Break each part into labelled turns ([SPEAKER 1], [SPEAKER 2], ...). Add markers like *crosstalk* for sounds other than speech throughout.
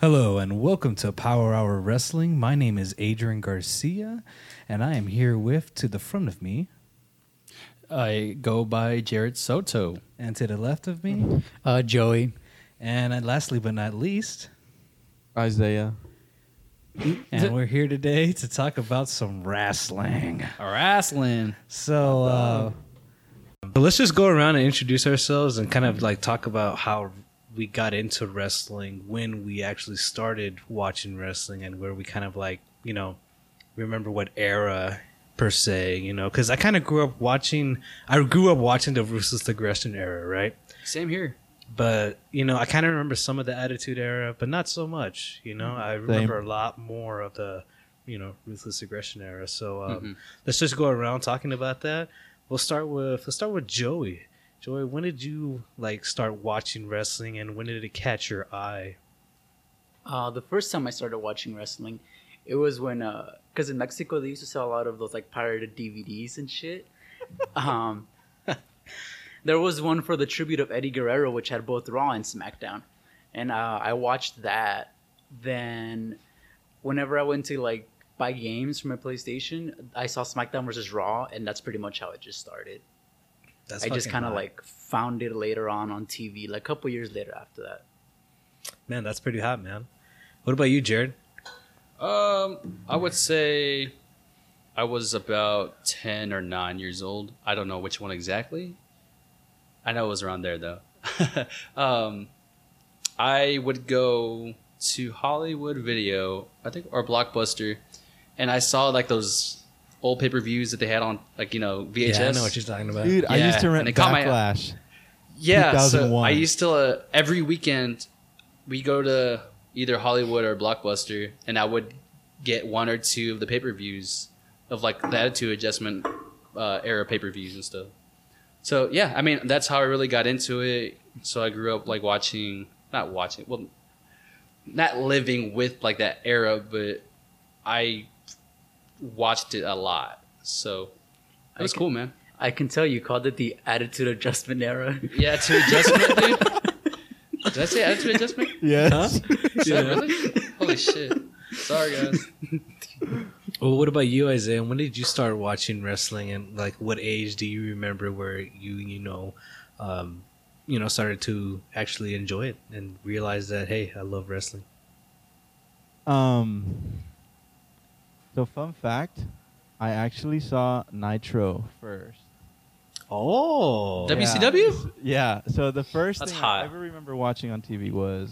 [SPEAKER 1] Hello and welcome to Power Hour Wrestling. My name is Adrian Garcia, and I am here with to the front of me
[SPEAKER 2] I go by Jared Soto.
[SPEAKER 1] and to the left of me,
[SPEAKER 3] Uh, Joey.
[SPEAKER 1] and uh, lastly but not least,
[SPEAKER 4] Isaiah.
[SPEAKER 1] and we're here today to talk about some wrestling.
[SPEAKER 2] Wrestling.
[SPEAKER 1] So, uh, but let's just go around and introduce ourselves and kind of like talk about how we got into wrestling, when we actually started watching wrestling, and where we kind of like, you know, remember what era per se, you know, because I kind of grew up watching, I grew up watching the Ruthless Aggression era, right?
[SPEAKER 2] Same here.
[SPEAKER 1] But, you know, I kind of remember some of the Attitude era, but not so much, you know, I remember a lot more of the, you know, Ruthless Aggression era. So, um,
[SPEAKER 2] Mhm.
[SPEAKER 1] let's just go around talking about that. We'll start with let's start with Joey. Joey, when did you like start watching wrestling, and when did it catch your eye?
[SPEAKER 3] Uh, the first time I started watching wrestling, it was when, because in Mexico they used to sell a lot of those like pirated DVDs and shit. Um, there was one for the tribute of Eddie Guerrero, which had both Raw and SmackDown, and uh, I watched that. Then, whenever I went to like buy games for my PlayStation, I saw SmackDown versus Raw, and that's pretty much how it just started.
[SPEAKER 1] That's
[SPEAKER 3] I just
[SPEAKER 1] fucking
[SPEAKER 3] kind of
[SPEAKER 1] hot.
[SPEAKER 3] like found it later on on TV, like a couple years later after that.
[SPEAKER 1] man, that's pretty hot, man. What about you, Jared?
[SPEAKER 2] Um, I would say I was about ten or nine years old. I don't know which one exactly. I know it was around there though. *laughs* um, I would go to Hollywood Video, I think, or Blockbuster, and I saw like those old pay per views that they had on like you know VHS.
[SPEAKER 1] Yeah, I know what you're talking
[SPEAKER 4] *laughs*
[SPEAKER 1] about.
[SPEAKER 4] Dude, I
[SPEAKER 2] Yeah,
[SPEAKER 4] used to rent
[SPEAKER 2] and it caught my-
[SPEAKER 4] Backlash.
[SPEAKER 2] Yeah, so
[SPEAKER 4] 2001.
[SPEAKER 2] I used to uh, every weekend we go to either Hollywood or Blockbuster, and I would get one or two of the pay per views of like the Attitude Adjustment uh, era pay per views and stuff. So yeah, I mean that's how I really got into it. So I grew up like watching, not watching, well, not living with like that era, but I watched it a lot. So it was
[SPEAKER 3] Okay.
[SPEAKER 2] cool, man.
[SPEAKER 3] I can tell you called it the attitude adjustment era.
[SPEAKER 2] Yeah, to adjustment,
[SPEAKER 5] *laughs*
[SPEAKER 2] dude. Did I say attitude adjustment?
[SPEAKER 4] Yes.
[SPEAKER 2] Is that *laughs* really? Holy shit. Sorry, guys.
[SPEAKER 1] Well, what about you, Isaiah? When did you start watching wrestling, and like what age do you remember where you you know, um, you know, started to actually enjoy it and realize that hey, I love wrestling.
[SPEAKER 4] *laughs* Um. So, fun fact, I actually saw Nitro first.
[SPEAKER 1] Oh,
[SPEAKER 2] That'd be WCW?
[SPEAKER 4] Yeah. So the first
[SPEAKER 2] That's
[SPEAKER 4] thing
[SPEAKER 2] hot.
[SPEAKER 4] I ever remember watching on TV was,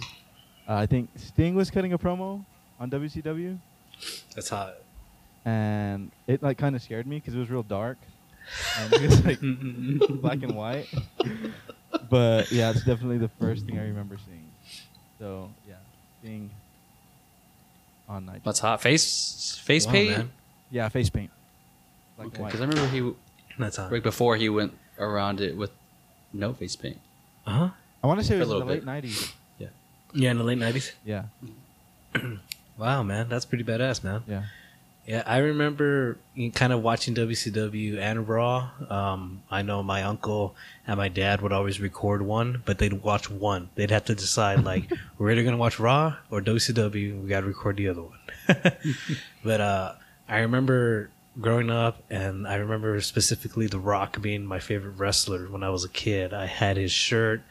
[SPEAKER 4] uh, I think Sting was cutting a promo on WCW,
[SPEAKER 1] that's *laughs* hot.
[SPEAKER 4] and it like kind of scared me because it was real dark, and it was like black and white. But yeah, it's definitely the first thing I remember seeing. So yeah, Sting on Nitro.
[SPEAKER 2] What's hot? Face face
[SPEAKER 1] Wow,
[SPEAKER 2] paint?
[SPEAKER 1] man.
[SPEAKER 4] Yeah, face paint. Black and
[SPEAKER 2] Because
[SPEAKER 4] white.
[SPEAKER 2] I remember he
[SPEAKER 1] That's hot.
[SPEAKER 2] right before he went around it with no face paint.
[SPEAKER 1] Uh huh.
[SPEAKER 4] I want to say it
[SPEAKER 2] For a
[SPEAKER 4] was in the
[SPEAKER 2] little
[SPEAKER 4] late
[SPEAKER 2] bit. *laughs*
[SPEAKER 4] nineties.
[SPEAKER 1] Yeah, in the late nineties.
[SPEAKER 4] Yeah,
[SPEAKER 1] Wow, man, that's pretty badass, man.
[SPEAKER 4] yeah.
[SPEAKER 1] Yeah, I remember kind of watching WCW and Raw. Um, I know my uncle and my dad would always record one, but they'd watch one. They'd have to decide like we're either gonna watch Raw or WCW. We gotta record the other one. *laughs* but uh, I remember growing up, and I remember specifically The Rock being my favorite wrestler when I was a kid. I had his shirt,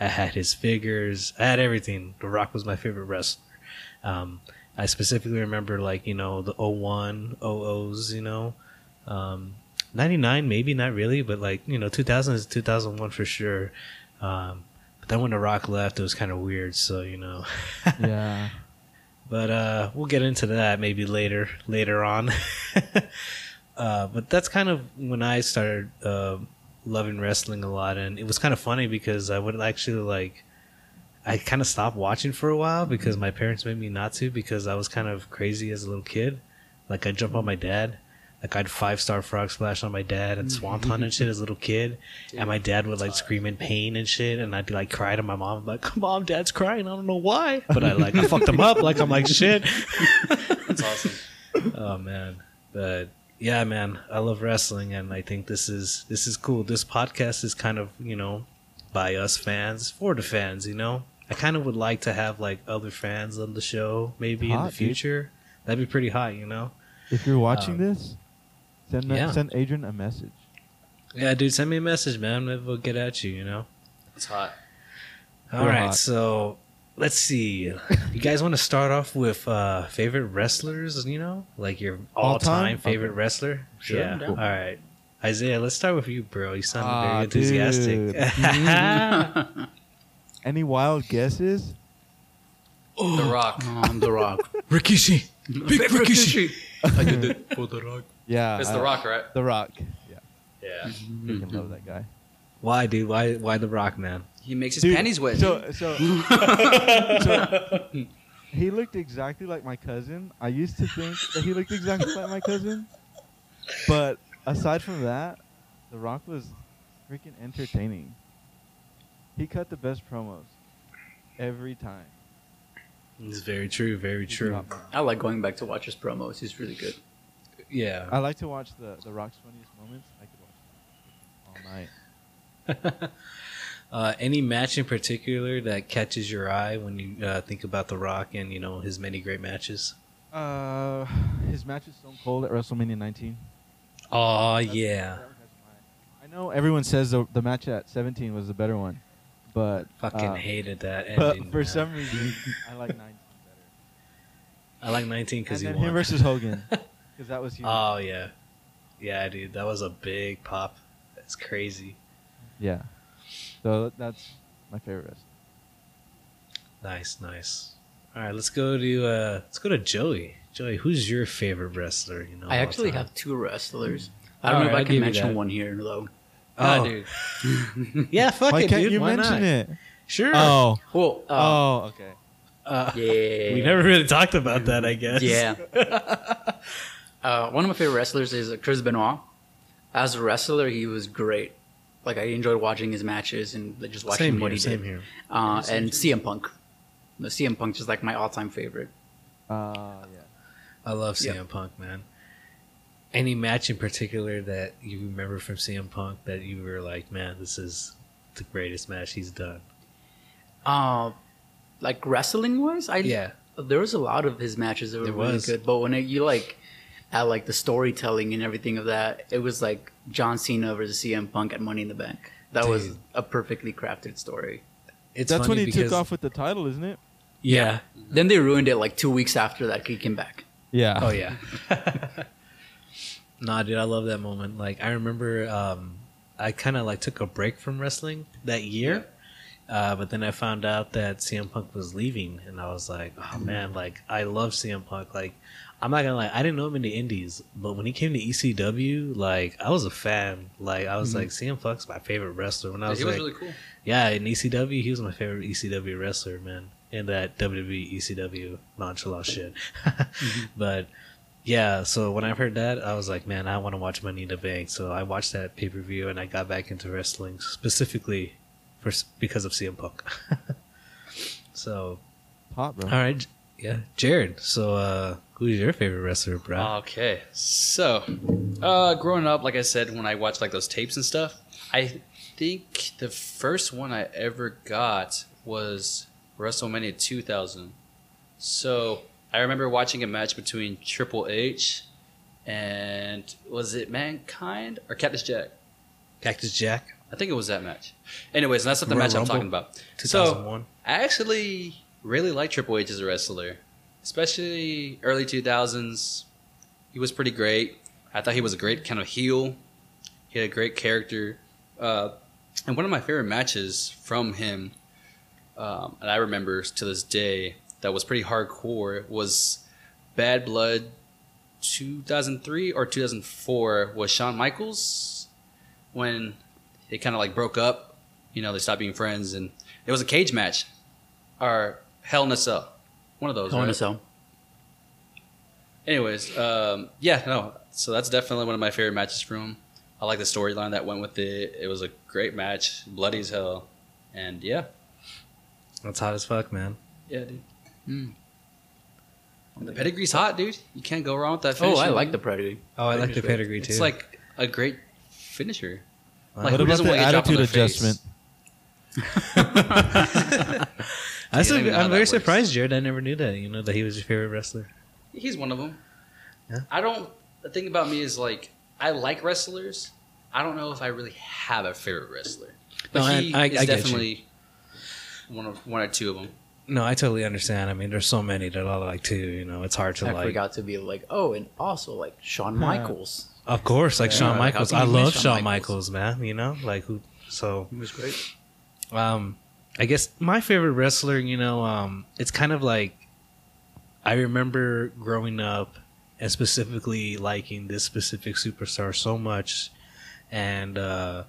[SPEAKER 1] I had his figures, I had everything. The Rock was my favorite wrestler. Um, I specifically remember like, you know, the 01, 00s, you know. Um, 99 maybe not really, but like, you know, 2000 is 2001 for sure. Um, but then when The Rock left, it was kind of weird, so, you know. *laughs*
[SPEAKER 4] yeah.
[SPEAKER 1] but uh, we'll get into that maybe later later on. *laughs* uh, but that's kind of when I started uh, loving wrestling a lot, and it was kind of funny because I would actually like I kind of stopped watching for a while because my parents made me not to because I was kind of crazy as a little kid. Like I'd jump on my dad. Like I'd five star frog splash on my dad and swanton and shit as a little kid, and my dad would like scream in pain and shit, and I'd be like cry to my mom like, "Mom, dad's crying. I don't know why," but I like I fucked him up. Like I'm like shit.
[SPEAKER 2] That's awesome.
[SPEAKER 1] *laughs* Oh man, but yeah, man, I love wrestling, and I think this is this is cool. This podcast is kind of you know by us fans for the fans, you know. I kind of would like to have like other fans on the show maybe in
[SPEAKER 4] Hot,
[SPEAKER 1] the
[SPEAKER 4] dude.
[SPEAKER 1] future. That'd be pretty hot, you know.
[SPEAKER 4] If you're watching
[SPEAKER 1] Um,
[SPEAKER 4] this, send me-
[SPEAKER 1] yeah.
[SPEAKER 4] send Adrian a message.
[SPEAKER 1] Yeah, dude, send me a message, man. Maybe we'll get at you, you know.
[SPEAKER 2] It's hot. *laughs*
[SPEAKER 1] All
[SPEAKER 4] We're
[SPEAKER 1] right,
[SPEAKER 4] hot.
[SPEAKER 1] so let's see. You guys want to start off with uh favorite wrestlers, you know? Like your
[SPEAKER 4] All
[SPEAKER 1] all-time
[SPEAKER 4] time?
[SPEAKER 1] favorite
[SPEAKER 4] Okay.
[SPEAKER 1] wrestler?
[SPEAKER 4] Sure,
[SPEAKER 1] yeah.
[SPEAKER 4] I'm down.
[SPEAKER 1] All right. Isaiah, let's start with you, bro. You sound
[SPEAKER 4] Ah,
[SPEAKER 1] very enthusiastic. *laughs*
[SPEAKER 4] dude. Mm-hmm. Any wild guesses?
[SPEAKER 2] Oh, The Rock.
[SPEAKER 3] Um, the Rock.
[SPEAKER 1] *laughs* Rikishi. Big
[SPEAKER 2] Rikishi. I did it for The Rock.
[SPEAKER 4] *laughs* Yeah,
[SPEAKER 2] It's
[SPEAKER 4] I-
[SPEAKER 2] The Rock, Mm-hmm. right?
[SPEAKER 4] The Rock. Yeah,
[SPEAKER 2] Yeah.
[SPEAKER 4] freaking love that guy.
[SPEAKER 1] Why, dude? Why why The Rock,
[SPEAKER 2] *laughs*
[SPEAKER 1] man?
[SPEAKER 2] He makes his
[SPEAKER 4] Dude,
[SPEAKER 2] panties wet.
[SPEAKER 4] So,
[SPEAKER 2] *laughs*
[SPEAKER 4] so, so he looked exactly like my cousin. I used to think that he looked exactly like my cousin, but aside from that, The Rock was freaking entertaining. He cut the best promos every time.
[SPEAKER 1] It's very true, very
[SPEAKER 4] He's
[SPEAKER 1] true.
[SPEAKER 4] not-
[SPEAKER 3] I like going back to watch his promos. He's really good.
[SPEAKER 1] Yeah. *laughs*
[SPEAKER 4] I like to watch the The Rock's funniest moments. I could watch them all night.
[SPEAKER 1] Uh, any match in particular that catches your eye when you uh, think about The Rock and you know his many great matches?
[SPEAKER 4] Uh, his match with Stone Cold at WrestleMania 19.
[SPEAKER 1] Oh
[SPEAKER 4] That's-
[SPEAKER 1] Uh, yeah,
[SPEAKER 4] that one has mine. I know everyone says the, the match at 17 was the better one, but
[SPEAKER 1] fucking
[SPEAKER 4] uh,
[SPEAKER 1] hated that
[SPEAKER 4] but
[SPEAKER 1] ending.
[SPEAKER 4] for
[SPEAKER 1] man.
[SPEAKER 4] some reason *laughs* I like 19 better.
[SPEAKER 1] I like 19 because he
[SPEAKER 4] And then
[SPEAKER 1] won.
[SPEAKER 4] him versus *laughs* Hogan, Uh, because that was huge.
[SPEAKER 1] oh yeah, yeah, dude, that was a big pop. That's crazy.
[SPEAKER 4] yeah, so that's my favorite. wrestler.
[SPEAKER 1] Nice, nice. All right, let's go to uh let's go to Joey. Joey, who's your favorite wrestler? You know,
[SPEAKER 3] I
[SPEAKER 1] of all
[SPEAKER 3] actually
[SPEAKER 1] time?
[SPEAKER 3] have two wrestlers. I don't
[SPEAKER 1] All
[SPEAKER 3] know if
[SPEAKER 1] right,
[SPEAKER 3] I
[SPEAKER 1] I'll
[SPEAKER 3] can
[SPEAKER 1] give you
[SPEAKER 3] mention
[SPEAKER 1] that.
[SPEAKER 3] one here though.
[SPEAKER 2] Ah,
[SPEAKER 1] Oh,
[SPEAKER 2] dude.
[SPEAKER 1] *laughs* yeah, fuck
[SPEAKER 4] Why
[SPEAKER 1] it,
[SPEAKER 4] can't
[SPEAKER 1] dude.
[SPEAKER 4] you
[SPEAKER 1] Why
[SPEAKER 4] mention
[SPEAKER 1] not?
[SPEAKER 4] it?
[SPEAKER 1] Sure.
[SPEAKER 4] Oh,
[SPEAKER 3] Well, uh,
[SPEAKER 4] oh, okay.
[SPEAKER 1] Uh,
[SPEAKER 3] yeah,
[SPEAKER 1] We never really talked about that, I guess. *laughs*
[SPEAKER 3] Yeah. uh, one of my favorite wrestlers is uh, Chris Benoit. As a wrestler, he was great. Like I enjoyed watching his matches and like, just watching
[SPEAKER 1] Same
[SPEAKER 3] what
[SPEAKER 1] here.
[SPEAKER 3] he
[SPEAKER 1] Same
[SPEAKER 3] did.
[SPEAKER 1] here.
[SPEAKER 3] Uh, and CM Punk. No, CM Punk's just like my all-time favorite.
[SPEAKER 4] Uh, yeah.
[SPEAKER 1] I love
[SPEAKER 3] Yeah.
[SPEAKER 1] CM Punk, man. Any match in particular that you remember from CM Punk that you were like, man, this is the greatest match he's done?
[SPEAKER 3] Uh, like wrestling wise, I
[SPEAKER 1] Oh. Yeah.
[SPEAKER 3] there was a lot of his matches that were
[SPEAKER 1] There
[SPEAKER 3] really
[SPEAKER 1] was.
[SPEAKER 3] good. But when it, you like at like the storytelling and everything of that, it was like John Cena versus CM Punk at Money in the Bank. That was
[SPEAKER 1] Dude.
[SPEAKER 3] a perfectly crafted story.
[SPEAKER 1] It's
[SPEAKER 4] That's when
[SPEAKER 1] funny
[SPEAKER 4] he took
[SPEAKER 1] because-
[SPEAKER 4] off with the title, isn't it?
[SPEAKER 1] Yeah.
[SPEAKER 3] Then they ruined it like two weeks after that he came back.
[SPEAKER 4] Yeah.
[SPEAKER 1] Oh yeah. nah, dude, I love that moment. Like I remember, um, I kind of like took a break from wrestling that year, uh, but then I found out that CM Punk was leaving, and I was like, oh man, like I love CM Punk. Like I'm not gonna lie, I didn't know him in the Indies, but when he came to ECW, like I was a fan. Like I was like, CM Punk's my favorite wrestler. When I was
[SPEAKER 2] he
[SPEAKER 1] like,
[SPEAKER 2] was really cool.
[SPEAKER 1] yeah, in ECW, he was my favorite ECW wrestler, man. And that E WWE ECW nonchalant shit. *laughs* but yeah, so when I heard that, I was like, man, I want to watch Money in the Bank. So I watched that pay per view and I got back into wrestling specifically for because of CM Punk. *laughs* so,
[SPEAKER 4] Hot, bro.
[SPEAKER 1] all right. J- Yeah, Jared. So, uh, who's your favorite wrestler, bro?
[SPEAKER 2] Okay, so uh, growing up, like I said, when I watched like those tapes and stuff, I think the first one I ever got was WrestleMania 2000. So I remember watching a match between Triple H and was it Mankind or Cactus Jack?
[SPEAKER 1] Cactus Jack,
[SPEAKER 2] I think it was that match. Anyways, that's not the
[SPEAKER 1] Royal
[SPEAKER 2] match I'm
[SPEAKER 1] Rumble.
[SPEAKER 2] talking about. So
[SPEAKER 1] 2001.
[SPEAKER 2] I actually really like Triple H as a wrestler, especially early 2000s. He was pretty great. I thought he was a great kind of heel. He had a great character. Uh, and one of my favorite matches from him, um, and I remember to this day, that was pretty hardcore, was Bad Blood 2003 or 2004 was Shawn Michaels when they kind of like broke up. You know, they stopped being friends, and it was a cage match or Hell in a Cell. One of those.
[SPEAKER 3] Hell in a
[SPEAKER 2] right?
[SPEAKER 3] Cell.
[SPEAKER 2] Anyways, um, yeah, no. So that's definitely one of my favorite matches from. him. I like the storyline that went with it. It was a great match, bloody as hell, and yeah,
[SPEAKER 1] That's hot as fuck, man.
[SPEAKER 2] yeah, dude.
[SPEAKER 3] Mm.
[SPEAKER 2] The pedigree's hot, dude. You can't go wrong with that.
[SPEAKER 3] Oh,
[SPEAKER 2] Finisher.
[SPEAKER 3] I like the Predator.
[SPEAKER 1] Oh, I like the
[SPEAKER 3] Finisher.
[SPEAKER 1] pedigree too.
[SPEAKER 2] It's like a great finisher.
[SPEAKER 1] Wow.
[SPEAKER 2] Like,
[SPEAKER 4] What
[SPEAKER 2] who
[SPEAKER 4] about
[SPEAKER 2] doesn't
[SPEAKER 4] the
[SPEAKER 2] wanna get dropped in
[SPEAKER 4] attitude
[SPEAKER 2] the face? *laughs*
[SPEAKER 4] adjustment?
[SPEAKER 1] I
[SPEAKER 2] Yeah, I don't even know
[SPEAKER 1] am
[SPEAKER 2] how
[SPEAKER 1] very
[SPEAKER 2] that works.
[SPEAKER 1] surprised, Jared. I never knew that. You know that he was your favorite wrestler.
[SPEAKER 2] He's one of them.
[SPEAKER 1] Yeah.
[SPEAKER 2] I don't. The thing about me is like I like wrestlers. I don't know if I really have a favorite wrestler. But
[SPEAKER 1] No, I-
[SPEAKER 2] he
[SPEAKER 1] I- I
[SPEAKER 2] is
[SPEAKER 1] get you.
[SPEAKER 2] definitely one of one or two of them.
[SPEAKER 1] No, I totally understand. I mean, there's so many that I like too. You know, it's hard to
[SPEAKER 3] I
[SPEAKER 1] like.
[SPEAKER 3] forgot to be like, oh, and also like Shawn Michaels.
[SPEAKER 1] Of course, like
[SPEAKER 3] Yeah,
[SPEAKER 1] Shawn
[SPEAKER 3] like,
[SPEAKER 1] Michaels.
[SPEAKER 3] how
[SPEAKER 1] I
[SPEAKER 3] can you
[SPEAKER 1] love
[SPEAKER 3] miss
[SPEAKER 1] Shawn
[SPEAKER 3] Shawn
[SPEAKER 1] Michaels. man. You know, like who? So,
[SPEAKER 3] He was great.
[SPEAKER 1] um, I guess my favorite wrestler. You know, um, it's kind of like I remember growing up and specifically liking this specific superstar so much, and uh,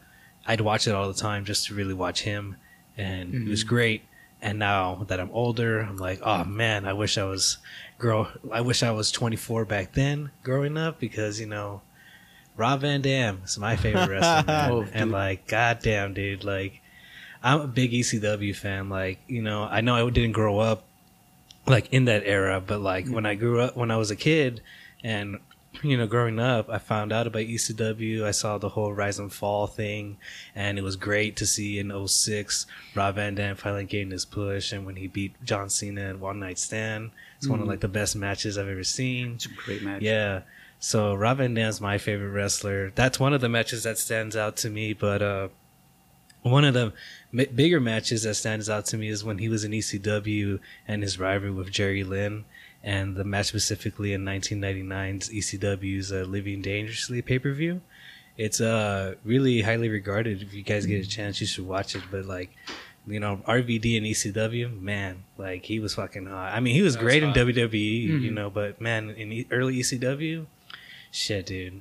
[SPEAKER 1] I'd watch it all the time just to really watch him, and he was great. And now that I'm older, I'm like, oh man, I wish I was grow. I wish I was 24 back then, growing up, because you know, Rob Van Dam is my favorite wrestler,
[SPEAKER 3] *laughs*
[SPEAKER 1] man.
[SPEAKER 3] Oh,
[SPEAKER 1] and
[SPEAKER 3] dude.
[SPEAKER 1] like, goddamn, dude, like, I'm a big ECW fan. Like, you know, I know I didn't grow up like in that era, but
[SPEAKER 3] Mm.
[SPEAKER 1] like when I grew up, when I was a kid, and you know, growing up, I found out about ECW. I saw the whole rise and fall thing, and it was great to see in 06 Rob Van Dam finally getting his push, and when he beat John Cena in One Night Stand, it's one of
[SPEAKER 3] Mhm.
[SPEAKER 1] like the best matches I've ever seen.
[SPEAKER 3] It's a great match.
[SPEAKER 1] Yeah. So Rob Van Dam's my favorite wrestler. That's one of the matches that stands out to me. But uh, one of the m- bigger matches that stands out to me is when he was in ECW and his rivalry with Jerry Lynn, and the match specifically in 1999's ECW's uh, Living Dangerously pay per view. It's uh really highly regarded. If you guys get a chance, you should watch it. But like, you know, RVD and ECW, E man, like he was fucking hot. I mean, he was
[SPEAKER 2] That was
[SPEAKER 1] great in
[SPEAKER 2] hot.
[SPEAKER 1] WWE, E, you
[SPEAKER 3] Mhm.
[SPEAKER 1] know, but man, in e- early ECW, shit, dude.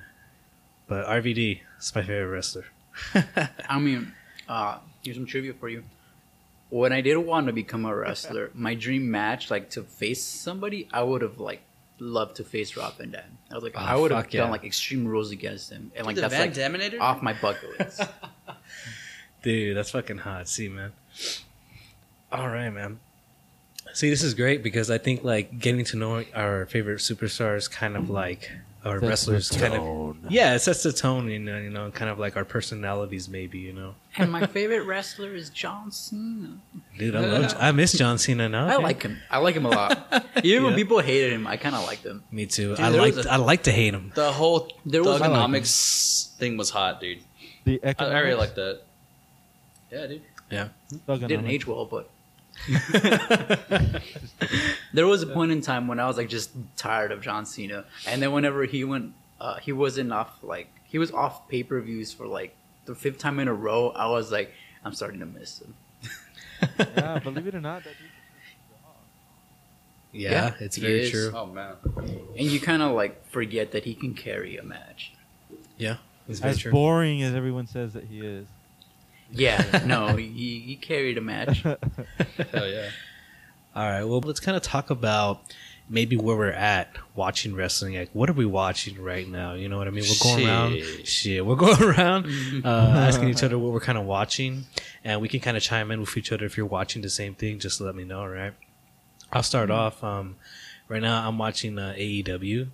[SPEAKER 1] But RVD is my
[SPEAKER 3] *laughs*
[SPEAKER 1] favorite wrestler.
[SPEAKER 3] I mean, uh, here's some trivia for you. When I did want to become a wrestler, my dream match, like to face somebody, I would have like loved to face Rob Van Dam. I was like,
[SPEAKER 1] Oh,
[SPEAKER 3] I would have
[SPEAKER 1] fuck yeah.
[SPEAKER 3] done like extreme rules against him, and like
[SPEAKER 2] the
[SPEAKER 3] that's
[SPEAKER 2] Van
[SPEAKER 3] like
[SPEAKER 2] Daminator.
[SPEAKER 3] off my bucket
[SPEAKER 2] *laughs*
[SPEAKER 3] list.
[SPEAKER 1] Dude, that's fucking hot. See, man. All right, man. See, this is great because I think like getting to know our favorite superstars, kind of like our wrestlers, kind of
[SPEAKER 4] Oh,
[SPEAKER 1] yeah, it sets the tone, you know, you know, kind of like our personalities, maybe, you know.
[SPEAKER 3] and my favorite wrestler is John Cena.
[SPEAKER 1] Dude, I love, I miss John Cena now.
[SPEAKER 3] I like him. I like him a lot. Even when
[SPEAKER 1] *laughs* Yeah.
[SPEAKER 3] people hated him, I kind of liked him.
[SPEAKER 1] me too.
[SPEAKER 2] Dude,
[SPEAKER 1] I
[SPEAKER 2] there
[SPEAKER 1] like,
[SPEAKER 2] was a-
[SPEAKER 1] I like to
[SPEAKER 3] *laughs*
[SPEAKER 1] hate him.
[SPEAKER 2] the whole
[SPEAKER 3] There
[SPEAKER 2] the
[SPEAKER 3] was- I like
[SPEAKER 2] economics thing was hot, dude.
[SPEAKER 4] The
[SPEAKER 2] I, I really like that. Yeah, dude.
[SPEAKER 3] It didn't age well, but there was a point in time when I was like just tired of John Cena, and then whenever he went, uh, he wasn't off like he was off pay per views for like the fifth time in a row. I was like, I'm starting to miss him.
[SPEAKER 4] yeah, believe it or not, that
[SPEAKER 1] *laughs* Yeah,
[SPEAKER 3] Yeah,
[SPEAKER 1] it's
[SPEAKER 3] he
[SPEAKER 1] very
[SPEAKER 3] is.
[SPEAKER 1] true.
[SPEAKER 2] Oh man.
[SPEAKER 3] And you kind of like forget that he can carry a match.
[SPEAKER 1] It's very
[SPEAKER 4] as
[SPEAKER 1] true.
[SPEAKER 4] boring as everyone says that he *laughs* is.
[SPEAKER 3] Yeah, no, he, he carried a match.
[SPEAKER 2] Hell yeah.
[SPEAKER 1] All right, well, let's kind of talk about maybe where we're at watching wrestling. Like, what are we watching right now? You know what I mean? We're going around.
[SPEAKER 2] Shit.
[SPEAKER 1] Shit, we're *laughs* going around uh, asking each other what we're kind of watching, and we can kind of chime in with each other if you're watching the same thing. Just let me know, all right? I'll start off. Um, right now, I'm watching uh, AEW.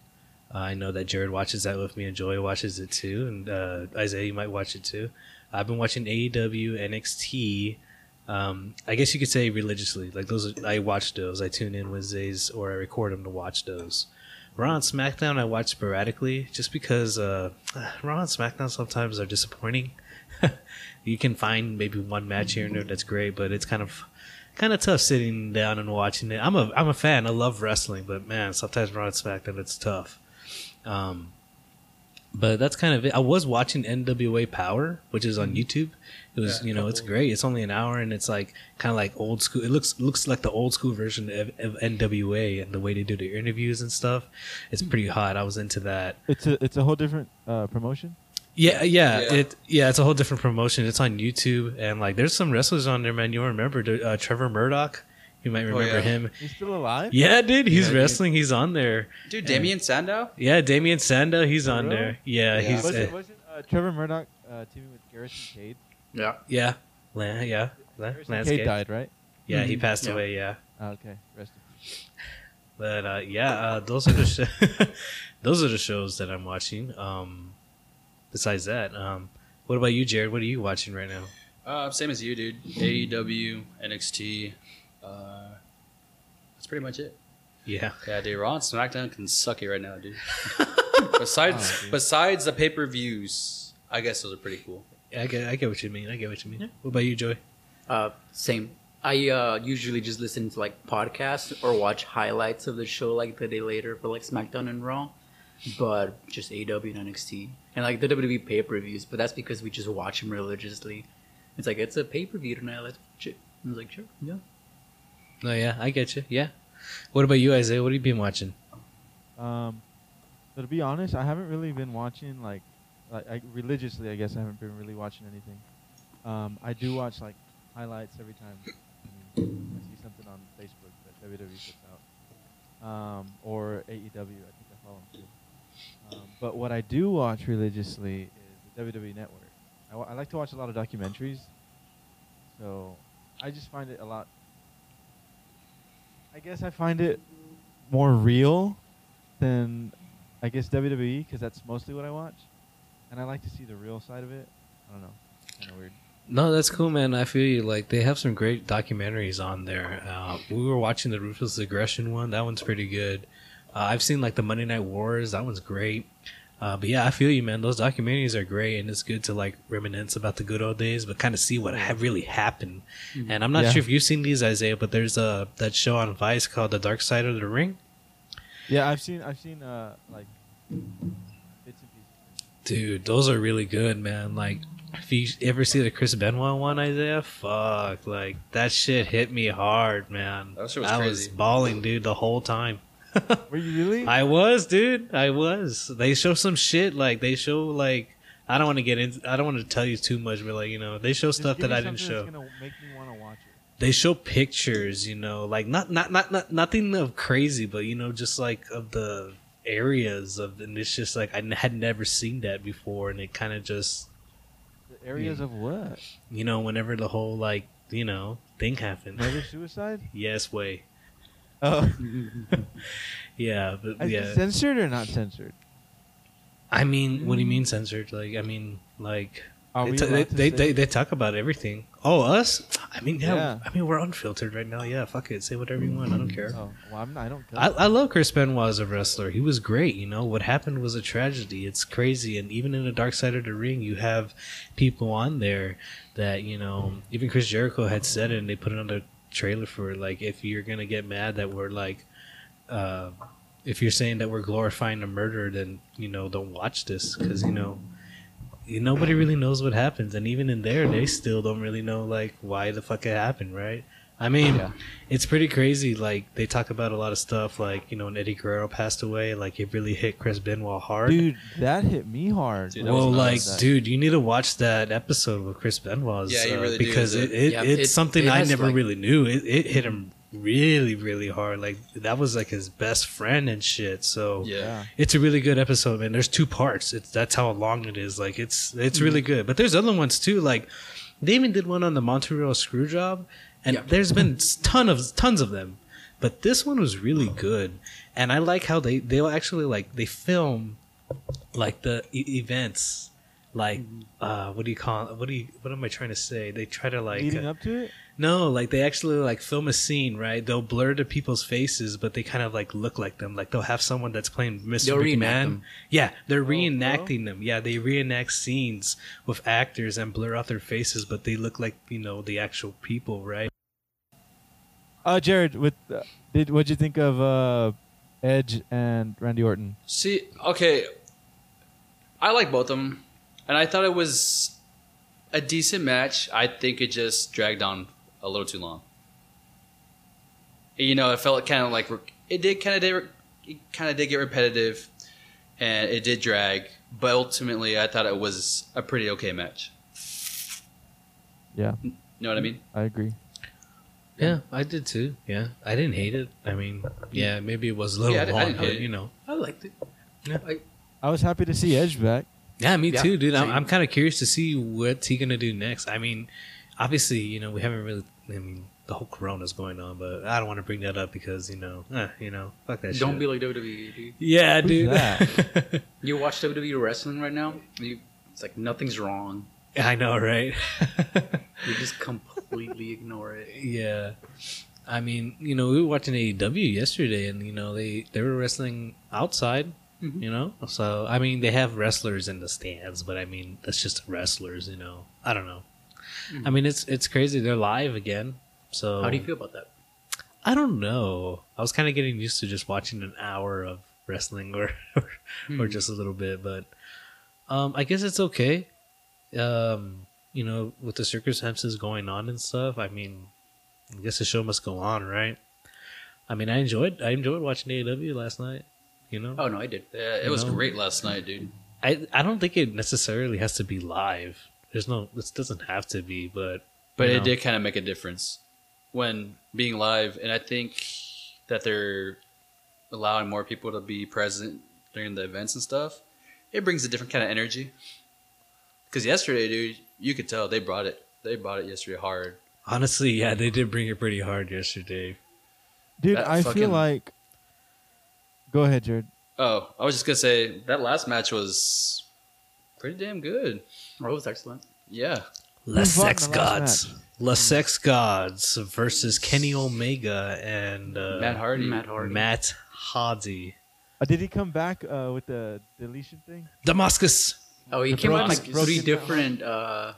[SPEAKER 1] Uh, I know that Jared watches that with me, and Joy watches it too, and uh, Isaiah, you might watch it too. I've been watching E AEW, NXT. Um, I guess you could say religiously. Like those, are, I watch those. I tune in Wednesdays or I record them to watch those. Raw and SmackDown, I watch sporadically just because uh, *sighs* Raw and SmackDown sometimes are disappointing. *laughs* you can find maybe one match here and there that's great, but it's kind of kind of tough sitting down and watching it. I'm a I'm a fan. I love wrestling, but man, sometimes Raw and SmackDown it's tough. Um, but that's kind of it. I was watching NWA Power, which is on YouTube. It was
[SPEAKER 2] Yeah,
[SPEAKER 1] you know it's
[SPEAKER 2] couple-
[SPEAKER 1] great. It's only an hour and it's like kind of like old school. It looks looks like the old school version of, of NWA and the way they do their interviews and stuff. It's pretty hot. I was into that.
[SPEAKER 4] It's a it's a whole different uh, promotion.
[SPEAKER 1] Yeah, yeah,
[SPEAKER 2] Yeah.
[SPEAKER 1] it yeah, it's a whole different promotion. It's on YouTube and like there's some wrestlers on there, man. You'll remember uh, Trevor Murdoch. You might
[SPEAKER 2] Oh,
[SPEAKER 1] remember
[SPEAKER 2] yeah.
[SPEAKER 1] him.
[SPEAKER 4] He's still alive.
[SPEAKER 1] Yeah, dude, he's
[SPEAKER 2] Yeah, dude.
[SPEAKER 1] wrestling. He's on there.
[SPEAKER 2] *laughs* Dude, Damien Sandow?
[SPEAKER 1] Yeah, Damian Sandow, he's
[SPEAKER 4] Oh,
[SPEAKER 1] on
[SPEAKER 4] really?
[SPEAKER 1] there. Yeah,
[SPEAKER 2] Yeah.
[SPEAKER 1] he's
[SPEAKER 2] Was
[SPEAKER 1] uh,
[SPEAKER 4] Wasn't, wasn't uh, Trevor Murdoch uh, teaming with Garrison Cade?
[SPEAKER 3] Yeah,
[SPEAKER 1] yeah, Lan- yeah, Lan-
[SPEAKER 4] Garrison
[SPEAKER 1] Lance
[SPEAKER 4] Cade
[SPEAKER 1] Gage.
[SPEAKER 4] died, right?
[SPEAKER 1] Yeah, he
[SPEAKER 3] Mhm.
[SPEAKER 1] passed
[SPEAKER 3] Yeah.
[SPEAKER 1] away. Yeah,
[SPEAKER 4] Oh, okay, rest. in peace.
[SPEAKER 1] but uh, yeah, uh, those are the sh- *laughs* those are the shows that I'm watching. Um, besides that, um, what about you, Jared? What are you watching right now?
[SPEAKER 2] E Uh, same as you, dude. AEW, NXT, Uh, that's pretty much it.
[SPEAKER 1] Yeah.
[SPEAKER 2] Yeah, dude, Raw and SmackDown can suck it right now, *laughs* dude. besides,
[SPEAKER 4] Oh, dude.
[SPEAKER 2] besides the pay per views, I guess those are pretty cool.
[SPEAKER 1] I get, I get what you mean. I get what you mean. What about you, Joey?
[SPEAKER 3] Uh, same. I uh, usually just listen to like podcasts or watch highlights of the show like the day later for like SmackDown and Raw, but just AW and NXT and like the WWE pay per views. But that's because we just watch them religiously. It's like it's a pay per view tonight. Let's watch it. I was like, sure, yeah.
[SPEAKER 1] No, Oh, yeah, I get you. Yeah. What about you, Isaiah? What have you been watching?
[SPEAKER 4] Um, but to be honest, I haven't really been watching like, like I, religiously. I guess I haven't been really watching anything. Um, I do watch like highlights every time I see something on Facebook that WWE puts out, um, or AEW. I think I follow them too. Um, but what I do watch religiously is the WWE Network. I wa- I like to watch a lot of documentaries, so I just find it a lot. I guess I find it more real than I guess WWE because that's mostly what I watch, and I like to see the real side of it. I don't know, kind of weird.
[SPEAKER 1] No, that's cool, man. I feel you. Like they have some great documentaries on there. Uh, we were watching the Ruthless Aggression one. That one's pretty good. Uh, I've seen like the Monday Night Wars. That one's great. Uh, but yeah, I feel you, man. Those documentaries are great, and it's good to like reminisce about the good old days, but kind of see what ha- really happened. And I'm not
[SPEAKER 4] Yeah.
[SPEAKER 1] sure if you've seen these, Isaiah, but there's a that show on Vice called The Dark Side of the Ring.
[SPEAKER 4] Yeah, I've seen, I've seen, uh, like bits and pieces.
[SPEAKER 1] Dude, those are really good, man. Like, if you ever see the Chris Benoit one, Isaiah, fuck, like that shit hit me hard, man.
[SPEAKER 2] That shit was
[SPEAKER 1] I was
[SPEAKER 2] crazy.
[SPEAKER 1] bawling, dude, the whole time. *laughs*
[SPEAKER 4] Were you really?
[SPEAKER 1] I was, dude. I was. They show some shit, like they show like I don't want to get in. I don't want to tell you too much, but like you know, they show
[SPEAKER 4] Just
[SPEAKER 1] stuff
[SPEAKER 4] give
[SPEAKER 1] that
[SPEAKER 4] me
[SPEAKER 1] I didn't
[SPEAKER 4] something
[SPEAKER 1] show.
[SPEAKER 4] that's gonna make me wanna watch it.
[SPEAKER 1] They show pictures, you know, like not not not not nothing of crazy, but you know, just like of the areas of, and it's just like I n- had never seen that before, and it kind of just
[SPEAKER 4] The areas
[SPEAKER 1] Hmm.
[SPEAKER 4] of what?
[SPEAKER 1] *laughs* you know, whenever the whole like, you know, thing happened.
[SPEAKER 4] Murder, suicide?
[SPEAKER 1] yes, way.
[SPEAKER 4] Oh,
[SPEAKER 1] Yeah, but
[SPEAKER 4] is
[SPEAKER 1] yeah.
[SPEAKER 4] it censored or not censored?
[SPEAKER 1] I mean, what do you mean censored? Like, I mean, like
[SPEAKER 4] Mm. Are
[SPEAKER 1] they
[SPEAKER 4] we
[SPEAKER 1] ta- they,
[SPEAKER 4] allowed to
[SPEAKER 1] they,
[SPEAKER 4] say-
[SPEAKER 1] they they talk about everything. Oh, us? I mean, yeah,
[SPEAKER 4] Yeah.
[SPEAKER 1] I mean, we're unfiltered right now. Yeah, fuck it. Say whatever you want. I don't care.
[SPEAKER 4] Oh, well, I'm not, I don't.
[SPEAKER 1] I, I love Chris Benoit as a wrestler. He was great. You know what happened was a tragedy. It's crazy, and even in the dark side of the ring, you have people on there that you know. Even Chris Jericho had said it, and they put it on the trailer for like, if you're gonna get mad that we're like, uh, if you're saying that we're glorifying a murder, then you know don't watch this because you know. you- Nobody really knows what happens, and even in there, they still don't really know like why the fuck it happened, right? I mean,
[SPEAKER 4] Yeah.
[SPEAKER 1] it's pretty crazy. Like they talk about a lot of stuff, like you know, when Eddie Guerrero passed away, like it really hit Chris Benoit hard.
[SPEAKER 4] dude, that hit me hard.
[SPEAKER 2] Dude, that
[SPEAKER 1] well,
[SPEAKER 2] was
[SPEAKER 1] like,
[SPEAKER 2] nuts.
[SPEAKER 1] dude, you need to watch that episode with Chris Benoit.
[SPEAKER 2] Yeah, you really do,
[SPEAKER 1] because
[SPEAKER 2] dude.
[SPEAKER 1] it, it,
[SPEAKER 3] Yeah, it-
[SPEAKER 1] it's something
[SPEAKER 3] it
[SPEAKER 1] I
[SPEAKER 3] has,
[SPEAKER 1] never
[SPEAKER 3] like-
[SPEAKER 1] really knew. It, it hit him really, really hard. Like that was like his best friend and shit. So
[SPEAKER 2] Yeah.
[SPEAKER 4] Yeah.
[SPEAKER 1] it's a really good episode, man. There's two parts. It's that's how long it is. Like it's it's really good. But there's other ones too. Like they even did one on the Montreal Screwjob, and
[SPEAKER 3] Yeah.
[SPEAKER 1] there's been s- ton of tons of them. But this one was really good, and I like how they they'll actually like they film like the e- events. Like, uh, what do you call? What do you? What am I trying to say? They try to like
[SPEAKER 4] Leading
[SPEAKER 1] uh,
[SPEAKER 4] up to it,
[SPEAKER 1] no, like they actually like film a scene, right? They'll blur to people's faces, but they kind of like look like them. Like they'll have someone that's playing mister
[SPEAKER 3] They'll reenact
[SPEAKER 1] McMahon.
[SPEAKER 3] them.
[SPEAKER 1] Yeah, they're
[SPEAKER 4] bro.
[SPEAKER 1] reenacting them. Yeah, they reenact scenes with actors and blur out their faces, but they look like you know the actual people, right?
[SPEAKER 4] uh, Jared, with uh, did what'd you think of uh, Edge and Randy Orton?
[SPEAKER 2] See, okay, I like both of them, and I thought it was a decent match. I think it just dragged on a little too long. You know, it felt kind of like it did kind of did it kind of did get repetitive, and it did drag. But ultimately, I thought it was a pretty okay match.
[SPEAKER 4] Yeah,
[SPEAKER 2] You know what I mean?
[SPEAKER 4] I agree.
[SPEAKER 1] Yeah, I did too. Yeah, I didn't hate it. I mean, yeah, maybe it was a little
[SPEAKER 2] Yeah, I di- I
[SPEAKER 1] long,
[SPEAKER 2] didn't hate
[SPEAKER 1] but
[SPEAKER 2] it.
[SPEAKER 1] you know.
[SPEAKER 3] I liked it.
[SPEAKER 4] I was happy to see Edge back.
[SPEAKER 1] Yeah, me
[SPEAKER 3] Yeah,
[SPEAKER 1] too, dude. I'm,
[SPEAKER 3] same.
[SPEAKER 1] I'm kind of curious to see what's he gonna do next. I mean, obviously, you know, we haven't really. I mean, the whole Corona's going on, but I don't want to bring that up because you know, eh, you know, fuck that.
[SPEAKER 3] Don't
[SPEAKER 1] shit.
[SPEAKER 3] be like WWE. Dude.
[SPEAKER 1] Yeah,
[SPEAKER 4] Who's
[SPEAKER 1] dude. *laughs*
[SPEAKER 3] You watch WWE wrestling right now. You, it's like nothing's wrong.
[SPEAKER 1] I know, right? *laughs*
[SPEAKER 3] You just completely *laughs* ignore it.
[SPEAKER 1] yeah. I mean, you know, we were watching AEW yesterday, and you know they they were wrestling outside.
[SPEAKER 3] Mhm.
[SPEAKER 1] You know, so I mean, they have wrestlers in the stands, but I mean, that's just wrestlers. You know, I don't know.
[SPEAKER 3] Mhm.
[SPEAKER 1] I mean, it's it's crazy. They're live again. So
[SPEAKER 3] How do you feel about that?
[SPEAKER 1] I don't know. I was kind of getting used to just watching an hour of wrestling or *laughs* or just a little bit, but um, I guess it's okay. Um, you know, with the circumstances going on and stuff, I mean, I guess the show must go on, right? I mean, I enjoyed I enjoyed watching AEW last night. You know,
[SPEAKER 3] Oh no, I did.
[SPEAKER 2] Yeah, Uh, it was
[SPEAKER 1] No.
[SPEAKER 2] great last night, dude.
[SPEAKER 1] I I don't think it necessarily has to be live. There's no, this doesn't have to be, but
[SPEAKER 2] But
[SPEAKER 1] you
[SPEAKER 2] it
[SPEAKER 1] know.
[SPEAKER 2] did kind of make a difference when being live, and I think that they're allowing more people to be present during the events and stuff. It brings a different kind of energy. Because yesterday, dude, you could tell they brought it. They brought it yesterday hard.
[SPEAKER 1] honestly, yeah, they did bring it pretty hard yesterday.
[SPEAKER 4] Dude,
[SPEAKER 2] That
[SPEAKER 4] I
[SPEAKER 2] fucking-
[SPEAKER 4] feel like. Go ahead, Jared.
[SPEAKER 2] Oh, I was just gonna say that last match was pretty damn good.
[SPEAKER 3] Oh, it was excellent.
[SPEAKER 2] Yeah,
[SPEAKER 1] Less
[SPEAKER 4] Who won
[SPEAKER 1] sex
[SPEAKER 4] the last
[SPEAKER 1] gods.
[SPEAKER 4] match?
[SPEAKER 1] La Sex Gods versus Kenny Omega and uh,
[SPEAKER 2] Matt Hardy.
[SPEAKER 3] Matt Hardy.
[SPEAKER 1] Matt Hardy.
[SPEAKER 4] Uh, did he come back uh, with the deletion thing?
[SPEAKER 1] Damascus
[SPEAKER 3] Oh, he
[SPEAKER 4] The
[SPEAKER 3] came out in, like
[SPEAKER 2] broken-
[SPEAKER 3] three
[SPEAKER 4] broken-
[SPEAKER 3] different. uh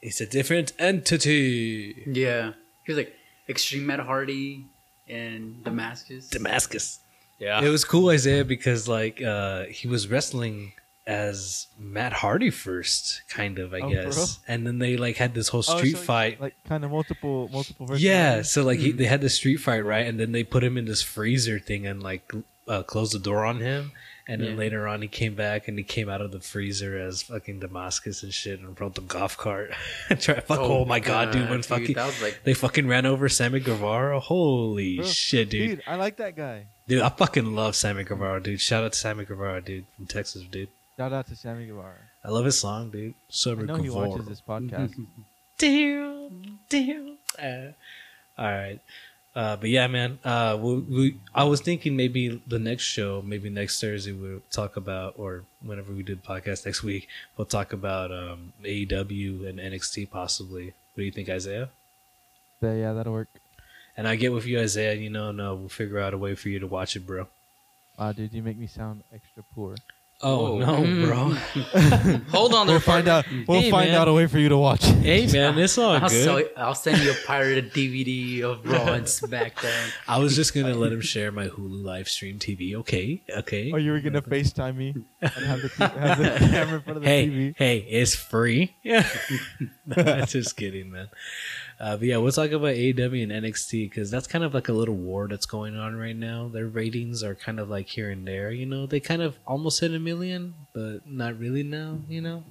[SPEAKER 1] is a different entity.
[SPEAKER 3] Yeah, he was like Extreme Matt Hardy and Damascus.
[SPEAKER 1] Damascus.
[SPEAKER 2] yeah.
[SPEAKER 1] *laughs* It was cool, Isaiah, because like uh, he was wrestling as Matt Hardy first, kind of, I
[SPEAKER 4] Oh, for
[SPEAKER 1] guess. And then they like had this whole
[SPEAKER 4] Oh,
[SPEAKER 1] street
[SPEAKER 4] so he-
[SPEAKER 1] fight.
[SPEAKER 4] Like kind of multiple multiple.
[SPEAKER 1] Yeah,
[SPEAKER 4] personalities?
[SPEAKER 1] so like he,
[SPEAKER 3] Mhm.
[SPEAKER 1] they had the street fight, right? And then they put him in this freezer thing and like uh, closed the door on him. And then
[SPEAKER 3] Yeah.
[SPEAKER 1] later on, he came back and he came out of the freezer as fucking Damascus and shit and rode the golf cart. *laughs* Try, fuck, oh, my god, dude, when fucking
[SPEAKER 3] that was
[SPEAKER 1] *laughs*
[SPEAKER 3] like
[SPEAKER 1] they fucking ran over Sammy Guevara. Holy
[SPEAKER 4] Bro,
[SPEAKER 1] shit, dude. dude!
[SPEAKER 4] dude, I like that guy.
[SPEAKER 1] I fucking love Sammy Guevara, dude. Shout out to Sammy Guevara, dude, from Texas, dude.
[SPEAKER 4] Shout out to Sammy Guevara.
[SPEAKER 1] I love his song, dude.
[SPEAKER 4] I
[SPEAKER 1] Sammy
[SPEAKER 4] know he
[SPEAKER 1] Guevara.
[SPEAKER 4] watches this
[SPEAKER 5] Mm-hmm.
[SPEAKER 4] podcast.
[SPEAKER 1] Damn, damn. Uh, all right. Uh, but yeah, man. Uh, we, we I was thinking maybe the next show, maybe next Thursday, we'll talk about, or whenever we do the podcast next week, we'll talk about um, AEW and NXT possibly. What do you think, Isaiah?
[SPEAKER 4] So, yeah, that'll work.
[SPEAKER 1] And I get with you, Isaiah. You know, no, we'll figure out a way for you to watch it, bro.
[SPEAKER 4] Ah, dude, you make me sound extra poor.
[SPEAKER 1] Oh,
[SPEAKER 2] Oh.
[SPEAKER 1] no, bro.
[SPEAKER 2] Hold on, there,
[SPEAKER 4] We'll find
[SPEAKER 2] partner.
[SPEAKER 4] out. We'll
[SPEAKER 1] Hey,
[SPEAKER 4] find
[SPEAKER 1] man.
[SPEAKER 4] out a way for you to watch. it.
[SPEAKER 1] hey, man, it's
[SPEAKER 5] *laughs*
[SPEAKER 1] all
[SPEAKER 3] I'll,
[SPEAKER 1] good.
[SPEAKER 3] sell, I'll send
[SPEAKER 1] *laughs*
[SPEAKER 3] you a pirated DVD of Raw and SmackDown.
[SPEAKER 1] I was just gonna let him share my Hulu live stream TV. Okay, okay.
[SPEAKER 4] Or you were gonna Facetime me and have the, t- have the *laughs* camera in front of the
[SPEAKER 1] hey,
[SPEAKER 4] TV.
[SPEAKER 1] hey, it's free. *laughs* Yeah, no, just kidding, man. Uh, but yeah, we'll talk about AEW and NXT because that's kind of like a little war that's going on right now. Their ratings are kind of like here and there. You know, they kind of almost hit a million, but not really now. You know,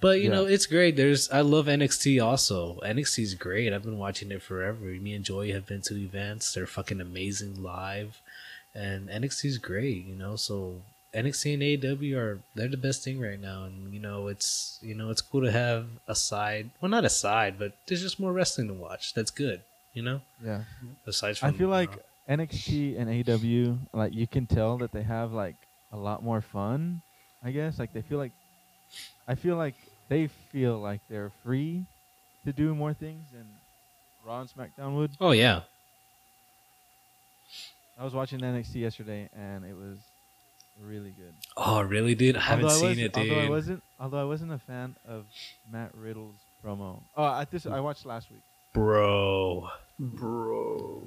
[SPEAKER 1] but you
[SPEAKER 4] Yeah.
[SPEAKER 1] know, it's great. There's I love NXT also. NXT is great. I've been watching it forever. Me and Joy have been to events. They're fucking amazing live, and NXT is great. You know, so NXT and AEW are they're the best thing right now, and you know it's you know it's cool to have a side. Well, not a side, but there's just more wrestling to watch. That's good. You know,
[SPEAKER 4] Yeah,
[SPEAKER 1] aside from
[SPEAKER 4] I feel like
[SPEAKER 1] uh,
[SPEAKER 4] NXT and AW, like you can tell that they have like a lot more fun. I guess like they feel like, I feel like they feel like they're free to do more things than Raw and SmackDown would.
[SPEAKER 1] oh yeah,
[SPEAKER 4] I was watching NXT yesterday and it was really good.
[SPEAKER 1] oh really, dude? I haven't
[SPEAKER 4] although I
[SPEAKER 1] seen
[SPEAKER 4] was,
[SPEAKER 1] it, dude.
[SPEAKER 4] Although I wasn't, although I wasn't a fan of Matt Riddle's promo. Oh, I this I watched last week,
[SPEAKER 1] Bro,
[SPEAKER 3] Bro.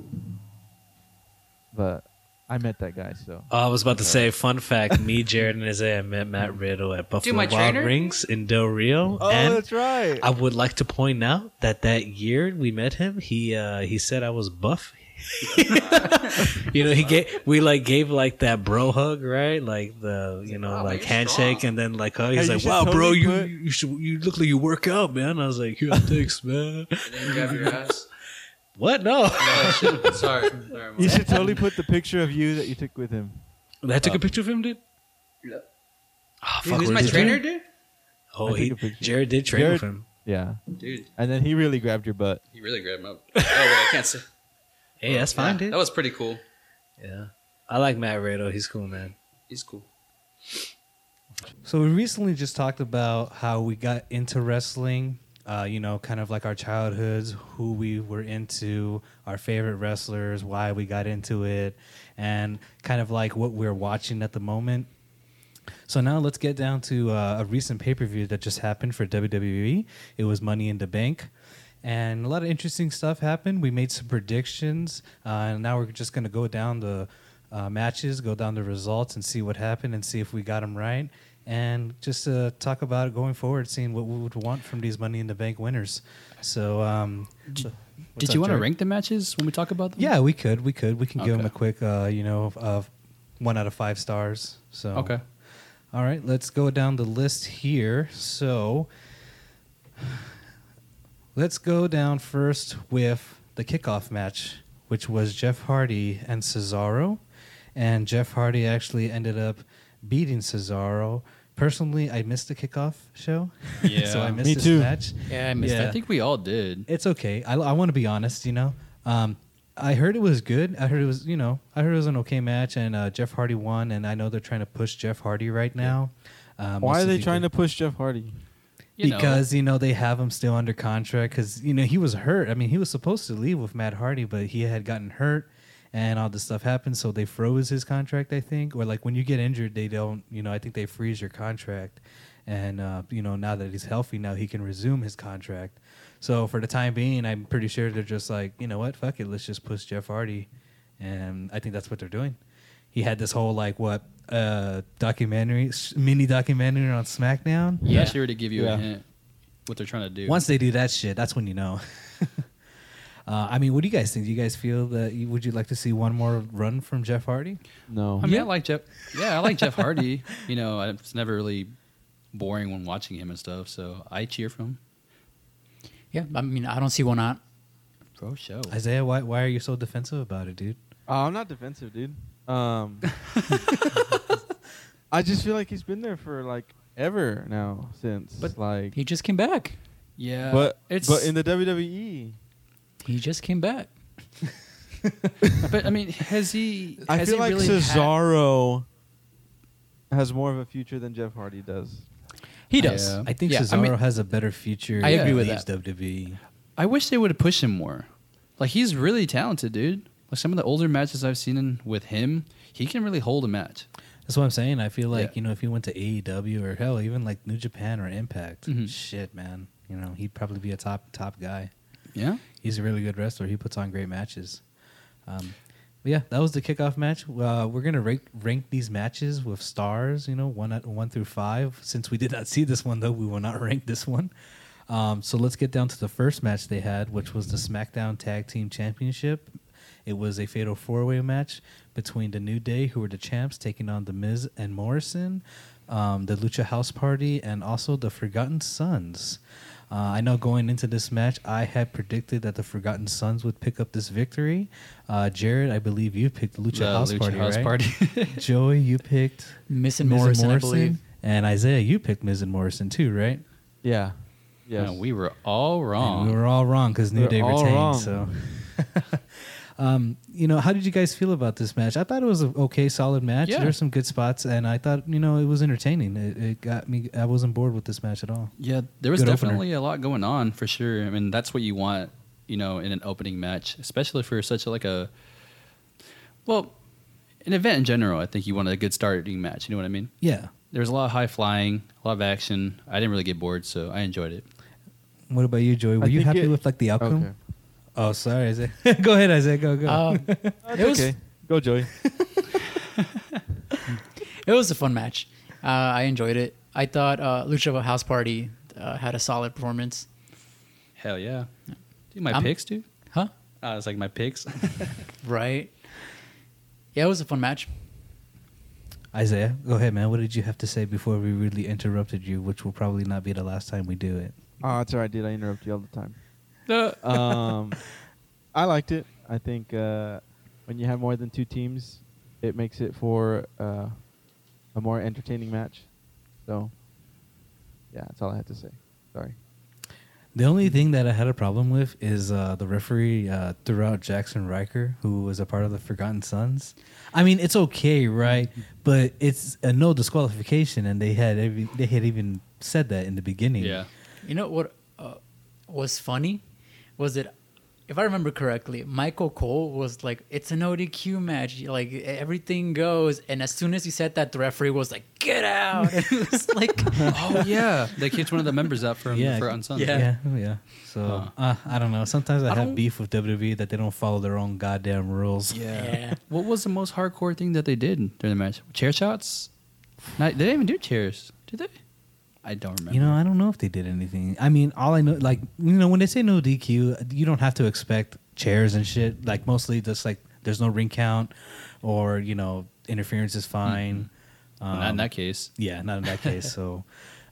[SPEAKER 4] but I met that guy, so
[SPEAKER 1] Oh, I was about to say, fun fact: me, Jared, and Isaiah met Matt Riddle at Buffalo
[SPEAKER 2] my
[SPEAKER 1] Wild
[SPEAKER 2] trainer?
[SPEAKER 1] Rings in Del Rio,
[SPEAKER 4] Oh,
[SPEAKER 1] and
[SPEAKER 4] that's right.
[SPEAKER 1] I would like to point out that that year we met him, he uh, he said I was buff. *laughs* you know, he gave we like gave like that bro hug, right? Like the you know
[SPEAKER 2] Wow,
[SPEAKER 1] like
[SPEAKER 2] you're
[SPEAKER 1] handshake,
[SPEAKER 2] strong.
[SPEAKER 1] and then like oh, he's
[SPEAKER 4] Hey, you
[SPEAKER 1] like,
[SPEAKER 4] should
[SPEAKER 1] wow, bro,
[SPEAKER 4] totally
[SPEAKER 1] you
[SPEAKER 4] put-
[SPEAKER 1] you should you look like you work out, man. I was like,
[SPEAKER 4] *laughs*
[SPEAKER 1] here, thanks, man.
[SPEAKER 2] And then grab your ass.
[SPEAKER 1] What?
[SPEAKER 4] *laughs*
[SPEAKER 1] No,
[SPEAKER 2] Oh, shit. Sorry. Sorry,
[SPEAKER 4] *laughs*
[SPEAKER 2] Mom.
[SPEAKER 4] you should totally put the picture of you that you took with him.
[SPEAKER 1] I
[SPEAKER 4] Uh,
[SPEAKER 1] took a picture of him, dude.
[SPEAKER 2] Yeah.
[SPEAKER 1] Ah,
[SPEAKER 2] Dude,
[SPEAKER 1] fuck,
[SPEAKER 2] who's
[SPEAKER 1] where's
[SPEAKER 2] my
[SPEAKER 1] his
[SPEAKER 2] trainer,
[SPEAKER 1] name?
[SPEAKER 2] dude?
[SPEAKER 1] Oh,
[SPEAKER 4] I took
[SPEAKER 1] he
[SPEAKER 4] a picture.
[SPEAKER 1] Jared did train
[SPEAKER 4] Jared-
[SPEAKER 1] with him.
[SPEAKER 4] Yeah,
[SPEAKER 2] Dude,
[SPEAKER 4] and then he really grabbed your butt.
[SPEAKER 2] he really grabbed him up. Oh, wait, I can't say.
[SPEAKER 1] Hey, that's fine,
[SPEAKER 2] *laughs* Yeah,
[SPEAKER 1] dude.
[SPEAKER 2] That was pretty cool.
[SPEAKER 1] Yeah. I like Matt Riddle. He's cool, man.
[SPEAKER 2] He's cool.
[SPEAKER 1] So we recently just talked about how we got into wrestling.
[SPEAKER 6] uh, you know, kind of like our childhoods, who we were into, our favorite wrestlers, why we got into it, and kind of like what we're watching at the moment. So now let's get down to uh, a recent pay per view that just happened for E. WWE. It was Money in the Bank. And a lot of interesting stuff happened. We made some predictions. Uh, and now we're just going to go down the uh, matches, go down the results, and see what happened and see if we got them right. And just uh, talk about it going forward, seeing what we would want from these Money in the Bank winners. So, um,
[SPEAKER 2] D-
[SPEAKER 6] what's
[SPEAKER 2] Did
[SPEAKER 6] up,
[SPEAKER 2] you want to
[SPEAKER 6] Jared?
[SPEAKER 2] rank the matches when we talk about them?
[SPEAKER 6] Yeah, we could. We could. We can give them
[SPEAKER 2] Okay.
[SPEAKER 6] a quick, uh, you know, uh, one out of five stars. So
[SPEAKER 2] Okay.
[SPEAKER 6] all right, let's go down the list here. So let's go down first with the kickoff match, which was Jeff Hardy and Cesaro. And Jeff Hardy actually ended up beating Cesaro. Personally, I missed the kickoff show. *laughs* so
[SPEAKER 2] Yeah.
[SPEAKER 6] I missed
[SPEAKER 4] Me
[SPEAKER 6] this
[SPEAKER 4] too.
[SPEAKER 6] match.
[SPEAKER 2] Yeah, I
[SPEAKER 6] missed
[SPEAKER 2] missed.
[SPEAKER 6] Yeah. it.
[SPEAKER 2] I think we all did.
[SPEAKER 6] It's okay. I, I want to be honest, you know. Um, I heard it was good. I heard it was, you know, I heard it was an okay match, and uh, Jeff Hardy won. And I know they're trying to push Jeff Hardy right now. Uh,
[SPEAKER 4] Why are
[SPEAKER 6] mostly
[SPEAKER 4] they
[SPEAKER 6] because-
[SPEAKER 4] trying to push Jeff Hardy?
[SPEAKER 2] You know.
[SPEAKER 6] because you know they have him still under contract because you know he was hurt. I mean, he was supposed to leave with Matt Hardy, but he had gotten hurt, and all this stuff happened. So they froze his contract, I think, or like when you get injured, they don't. You know, I think they freeze your contract, and uh, you know now that he's healthy, now he can resume his contract. So for the time being, I'm pretty sure they're just like, you know what, fuck it, let's just push Jeff Hardy, and I think that's what they're doing. He had this whole like what uh documentary s- mini documentary on SmackDown.
[SPEAKER 2] yeah, sure to give you
[SPEAKER 4] Yeah.
[SPEAKER 2] a hint what they're trying to do.
[SPEAKER 6] Once they do that shit, that's when you know. *laughs* uh, I mean, what do you guys think? Do you guys feel that you, would you like to see one more run from Jeff Hardy?
[SPEAKER 4] No.
[SPEAKER 2] I mean, I like Jeff. Yeah, I like Jeff Hardy. You know, I- it's never really boring when watching him and stuff. So I cheer for him.
[SPEAKER 5] Yeah, I mean, I don't see why not.
[SPEAKER 2] Pro show.
[SPEAKER 6] Isaiah, why why are you so defensive about it, dude?
[SPEAKER 4] Uh, I'm not defensive, dude. Um,
[SPEAKER 2] *laughs*
[SPEAKER 4] *laughs* I just feel like he's been there for like ever now since.
[SPEAKER 5] But
[SPEAKER 4] like,
[SPEAKER 5] He just came back.
[SPEAKER 2] Yeah,
[SPEAKER 4] but
[SPEAKER 2] it's
[SPEAKER 4] but in the E. WWE,
[SPEAKER 5] He just came back.
[SPEAKER 2] *laughs* but I mean, has he?
[SPEAKER 4] *laughs* I
[SPEAKER 2] has
[SPEAKER 4] feel
[SPEAKER 2] he
[SPEAKER 4] like
[SPEAKER 2] really had-
[SPEAKER 4] Cesaro has more of a future than Jeff Hardy does.
[SPEAKER 5] He does.
[SPEAKER 2] Yeah.
[SPEAKER 6] I think
[SPEAKER 2] Yeah, I
[SPEAKER 6] Cesaro
[SPEAKER 2] mean-
[SPEAKER 6] has a better future.
[SPEAKER 2] I
[SPEAKER 6] if
[SPEAKER 2] agree
[SPEAKER 6] he
[SPEAKER 2] with
[SPEAKER 6] leaves
[SPEAKER 2] that.
[SPEAKER 6] WWE.
[SPEAKER 2] I wish they would have pushed him more. Like he's really talented, dude. Like some of the older matches I've seen in, with him, he can really hold a match.
[SPEAKER 6] That's what I'm saying. I feel like
[SPEAKER 2] Yeah.
[SPEAKER 6] you know if he went to AEW or hell, even like New Japan or Impact,
[SPEAKER 2] Mhm.
[SPEAKER 6] shit, man, you know he'd probably be a top top guy.
[SPEAKER 2] Yeah,
[SPEAKER 6] He's a really good wrestler. He puts on great matches. Um, but yeah, that was the kickoff match. Uh, we're gonna rank, rank these matches with stars. You know, one at one through five. Since we did not see this one though, we will not *laughs* rank this one. Um, so let's get down to the first match they had, which was the SmackDown Tag Team Championship. It was a fatal four way match between the New Day, who were the champs, taking on the Miz and Morrison, um, the Lucha House Party, and also the Forgotten Sons. Uh, I know going into this match, I had predicted that the Forgotten Sons would pick up this victory. Uh, Jared, I believe you picked the Lucha
[SPEAKER 2] The
[SPEAKER 6] House
[SPEAKER 2] Lucha
[SPEAKER 6] Party,
[SPEAKER 2] House
[SPEAKER 6] right?
[SPEAKER 2] Party.
[SPEAKER 6] *laughs* Joey, you picked
[SPEAKER 5] Miss and
[SPEAKER 6] Miz
[SPEAKER 5] Morrison, I believe.
[SPEAKER 6] and Isaiah, you picked Miz and Morrison too, right?
[SPEAKER 4] Yeah.
[SPEAKER 2] yeah.
[SPEAKER 4] Yes.
[SPEAKER 2] we were all
[SPEAKER 6] And
[SPEAKER 2] wrong.
[SPEAKER 6] we were all wrong because New
[SPEAKER 4] Oh. We're
[SPEAKER 6] Day
[SPEAKER 4] all
[SPEAKER 6] retained.
[SPEAKER 4] wrong.
[SPEAKER 6] So, *laughs* um, you know, how did you guys feel about this match? I thought it was an okay, solid match.
[SPEAKER 2] Yeah.
[SPEAKER 6] There were some good spots, and I thought you know it was entertaining. It, it got me. I wasn't bored with this match at all.
[SPEAKER 2] Yeah, there was
[SPEAKER 6] Good opener.
[SPEAKER 2] definitely a lot going on for sure. I mean, that's what you want, you know, in an opening match, especially for such a, like a well, an event in general. I think you want a good starting match. You know what I mean?
[SPEAKER 6] Yeah.
[SPEAKER 2] There was a lot of high flying, a lot of action. I didn't really get bored, so I enjoyed it.
[SPEAKER 6] What about you, Joey? Were
[SPEAKER 4] I
[SPEAKER 6] you
[SPEAKER 4] think
[SPEAKER 6] happy
[SPEAKER 4] it-
[SPEAKER 6] with like the outcome?
[SPEAKER 4] Okay.
[SPEAKER 6] Oh, sorry, Isaiah. *laughs* go ahead, Isaiah. Go go.
[SPEAKER 5] Um,
[SPEAKER 4] That's
[SPEAKER 5] It was-
[SPEAKER 4] okay. Go, Joey.
[SPEAKER 5] it was a fun match. Uh, I enjoyed it. I thought uh, Lucha House Party uh, had a solid performance.
[SPEAKER 2] Hell yeah, dude, my
[SPEAKER 5] I'm-
[SPEAKER 2] picks, dude.
[SPEAKER 5] Huh?
[SPEAKER 2] Uh, it's like my picks. *laughs*
[SPEAKER 5] Right. Yeah, it was a fun match.
[SPEAKER 6] *laughs* Isaiah, go ahead, man. What did you have to say before we really interrupted you? Which will probably not be the last time we do it.
[SPEAKER 4] *laughs* Oh, it's all right, dude. I interrupt you all the time.
[SPEAKER 2] Uh,
[SPEAKER 5] *laughs*
[SPEAKER 4] um, I liked it. I think uh, when you have more than two teams, it makes it for uh, a more entertaining match. So, yeah, that's all I had to say. Sorry.
[SPEAKER 6] The only thing that I had a problem with is uh, the referee uh, threw out Jackson Riker, who was a part of the Forgotten Sons. I mean, it's okay, right? But it's a no disqualification, and they had every, they had even said that in the beginning.
[SPEAKER 2] yeah,
[SPEAKER 5] You know what? Uh, was funny was that if I remember correctly, Michael Cole was like, "It's an ODQ match, like everything goes." And as soon as he said that, the referee was like, "Get out!" *laughs* And it was
[SPEAKER 2] *laughs*
[SPEAKER 5] like,
[SPEAKER 2] Oh yeah, they kicked one of the members out for
[SPEAKER 6] Yeah.
[SPEAKER 2] for unsung.
[SPEAKER 5] Yeah.
[SPEAKER 6] *laughs* Yeah, oh, yeah. So uh, I don't know. Sometimes I,
[SPEAKER 5] I
[SPEAKER 6] have
[SPEAKER 5] don't-
[SPEAKER 6] beef with WWE that they don't follow their own goddamn rules.
[SPEAKER 5] "Yeah."
[SPEAKER 2] What was the most hardcore thing that they did during the match? Chair shots? Not, they didn't even do chairs, did they? I don't remember.
[SPEAKER 6] You know, I don't know if they did anything. I mean, all I know, like you know, when they say no DQ, you don't have to expect chairs and shit. Like mostly just like there's no ring count, or you know, interference is fine.
[SPEAKER 2] not
[SPEAKER 6] um,
[SPEAKER 2] in that case.
[SPEAKER 6] Yeah, not
[SPEAKER 2] *laughs*
[SPEAKER 6] in that case. so,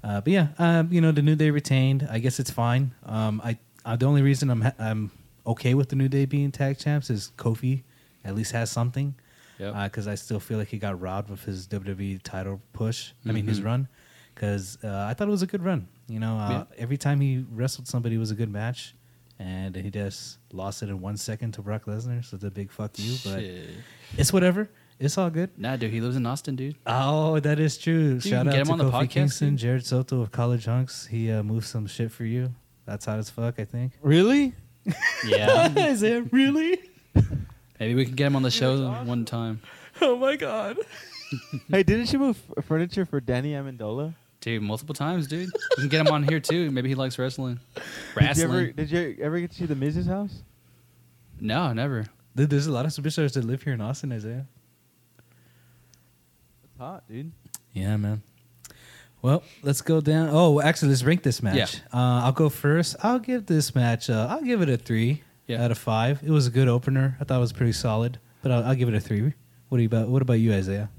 [SPEAKER 6] uh, but yeah, um, you know, the New Day retained. I guess it's fine. Um, I, I the only reason I'm ha- I'm okay with the New Day being tag champs is Kofi at least has something.
[SPEAKER 2] Yep.
[SPEAKER 6] Because I still feel like he got robbed of his WWE title push. I mean,
[SPEAKER 2] Mm-hmm.
[SPEAKER 6] his run. Because uh, I thought it was a good run. You know, uh, every time he wrestled somebody, it was a good match. And he just lost it in one second to Brock Lesnar. So it's a big fuck you. But
[SPEAKER 2] Shit.
[SPEAKER 6] it's whatever. It's all good.
[SPEAKER 2] Nah, dude, he lives in Austin, dude.
[SPEAKER 6] Oh, that is true. Shout
[SPEAKER 2] get
[SPEAKER 6] out
[SPEAKER 2] him
[SPEAKER 6] to
[SPEAKER 2] on the
[SPEAKER 6] Kofi
[SPEAKER 2] podcast,
[SPEAKER 6] Kingston,
[SPEAKER 2] dude.
[SPEAKER 6] Jared Soto of College Hunks. He uh, moved some shit for you. That's hot as fuck, I think.
[SPEAKER 4] Really?
[SPEAKER 2] *laughs* Yeah.
[SPEAKER 6] *laughs* is it really?
[SPEAKER 2] Maybe we can get him on the show one time.
[SPEAKER 6] Oh my god.
[SPEAKER 4] *laughs* hey, didn't you move f- furniture for Danny Amendola?
[SPEAKER 2] Dude, multiple times, dude. We can get him on here too. Maybe he likes wrestling.
[SPEAKER 4] Did you, ever,
[SPEAKER 2] Wrestling?
[SPEAKER 4] did you ever get to see the Miz's house?
[SPEAKER 2] No, never.
[SPEAKER 6] Dude, there's a lot of superstars that live here in Austin, Isaiah.
[SPEAKER 4] It's hot, dude.
[SPEAKER 6] Yeah, man. Well, let's go down. Oh, actually, let's rank this match. Uh, I'll go first. I'll give this match. Uh, I'll give it a three
[SPEAKER 2] Yeah.
[SPEAKER 6] out of five. It was a good opener. I thought it was pretty solid, but I'll, I'll give it a three. What do you about? What about you, Isaiah?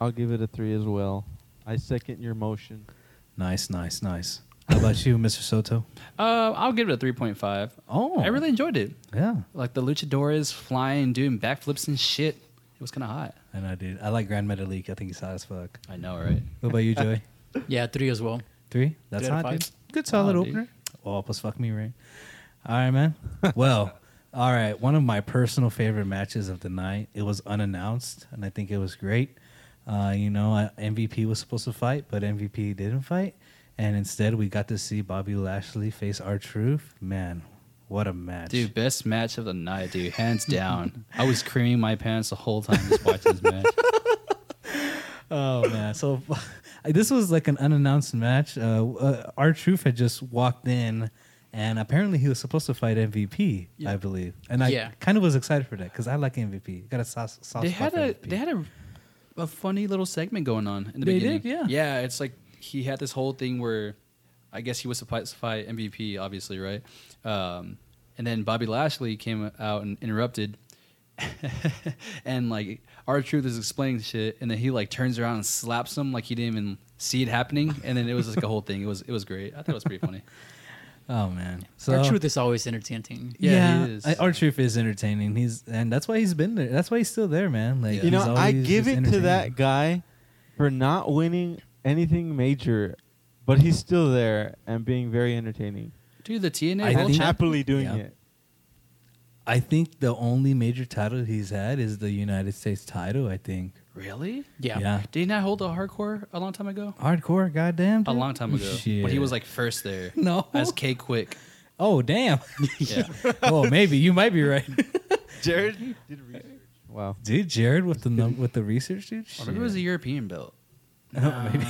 [SPEAKER 4] I'll give it a three as well. I second your motion.
[SPEAKER 6] Nice, nice, nice. How about you, Mr. Soto?
[SPEAKER 2] Uh, I'll give it a 3.5.
[SPEAKER 6] Oh,
[SPEAKER 2] I really enjoyed it.
[SPEAKER 6] Yeah,
[SPEAKER 2] Like the luchadores flying, doing backflips and shit. It was kind of hot.
[SPEAKER 6] I know, dude. I like Grand Metalik. I think he's hot as fuck.
[SPEAKER 2] I know, right?
[SPEAKER 6] What about you, Joey?
[SPEAKER 5] yeah, three as well.
[SPEAKER 6] *laughs* Three? That's
[SPEAKER 5] Three out of
[SPEAKER 6] hot, dude.
[SPEAKER 5] five.
[SPEAKER 6] Good solid
[SPEAKER 2] Oh, dude.
[SPEAKER 6] opener. Oh, plus fuck me, right? All right, *laughs* man. well, all right. One of my personal favorite matches of the night. It was unannounced, and I think it was great. Uh, you know, I- MVP was supposed to fight, but MVP didn't fight, and instead we got to see Bobby Lashley face our truth. Man, what a match!
[SPEAKER 2] Dude, best match of the night, dude. Hands down. I was creaming my pants the whole time just watching this
[SPEAKER 6] *laughs*
[SPEAKER 2] match.
[SPEAKER 6] Oh man, so *laughs* this was like an unannounced match. Uh, our truth had just walked in, and apparently he was supposed to fight MVP, I believe. And I
[SPEAKER 5] Yeah.
[SPEAKER 6] kind of was excited for that because I like MVP. Got a soft, soft
[SPEAKER 2] They
[SPEAKER 6] spot
[SPEAKER 2] had
[SPEAKER 6] for
[SPEAKER 2] a
[SPEAKER 6] MVP.
[SPEAKER 2] they had a a funny little segment going on in the
[SPEAKER 6] They
[SPEAKER 2] beginning.
[SPEAKER 6] did, yeah.
[SPEAKER 2] Yeah, it's like he had this whole thing where I guess he was supposed to fight MVP, obviously, right? Um, and then Bobby Lashley came out and interrupted. *laughs* and like our truth is explaining shit, and then he like turns around and slaps him like he didn't even see it happening, and then it was like a whole thing. It was it was great. I thought it was pretty funny.
[SPEAKER 6] oh man, so
[SPEAKER 5] Our truth is always entertaining.
[SPEAKER 2] Yeah,
[SPEAKER 6] yeah,
[SPEAKER 2] he is.
[SPEAKER 6] our truth is entertaining. He's and that's why he's been there. That's why he's still there, man. Like
[SPEAKER 4] You
[SPEAKER 6] he's
[SPEAKER 4] know, I
[SPEAKER 6] always
[SPEAKER 4] give
[SPEAKER 6] just
[SPEAKER 4] it to
[SPEAKER 6] entertaining.
[SPEAKER 4] that guy for not winning anything major, but he's still there and being very entertaining.
[SPEAKER 2] Dude, the TNA
[SPEAKER 6] I
[SPEAKER 2] World
[SPEAKER 6] think-
[SPEAKER 4] And
[SPEAKER 2] Champ-
[SPEAKER 4] happily doing
[SPEAKER 6] Yeah.
[SPEAKER 4] it.
[SPEAKER 6] I think the only major title he's had is the United States title. I think.
[SPEAKER 2] really?
[SPEAKER 5] Yeah.
[SPEAKER 6] Yeah.
[SPEAKER 2] Did he not hold the hardcore a long time ago?
[SPEAKER 6] Hardcore, goddamn.
[SPEAKER 2] a
[SPEAKER 6] dude.
[SPEAKER 2] long time ago when he
[SPEAKER 6] Shit.
[SPEAKER 2] was like first there.
[SPEAKER 6] *laughs* No.
[SPEAKER 2] as K Quick.
[SPEAKER 6] Oh *laughs* damn.
[SPEAKER 2] Yeah,
[SPEAKER 6] oh, maybe you might be right,
[SPEAKER 4] Jared *laughs* did research. Wow.
[SPEAKER 6] *laughs* dude. Jared with the num- with the research, dude.
[SPEAKER 2] or
[SPEAKER 6] *laughs*
[SPEAKER 2] maybe it was a European belt.
[SPEAKER 6] No, maybe.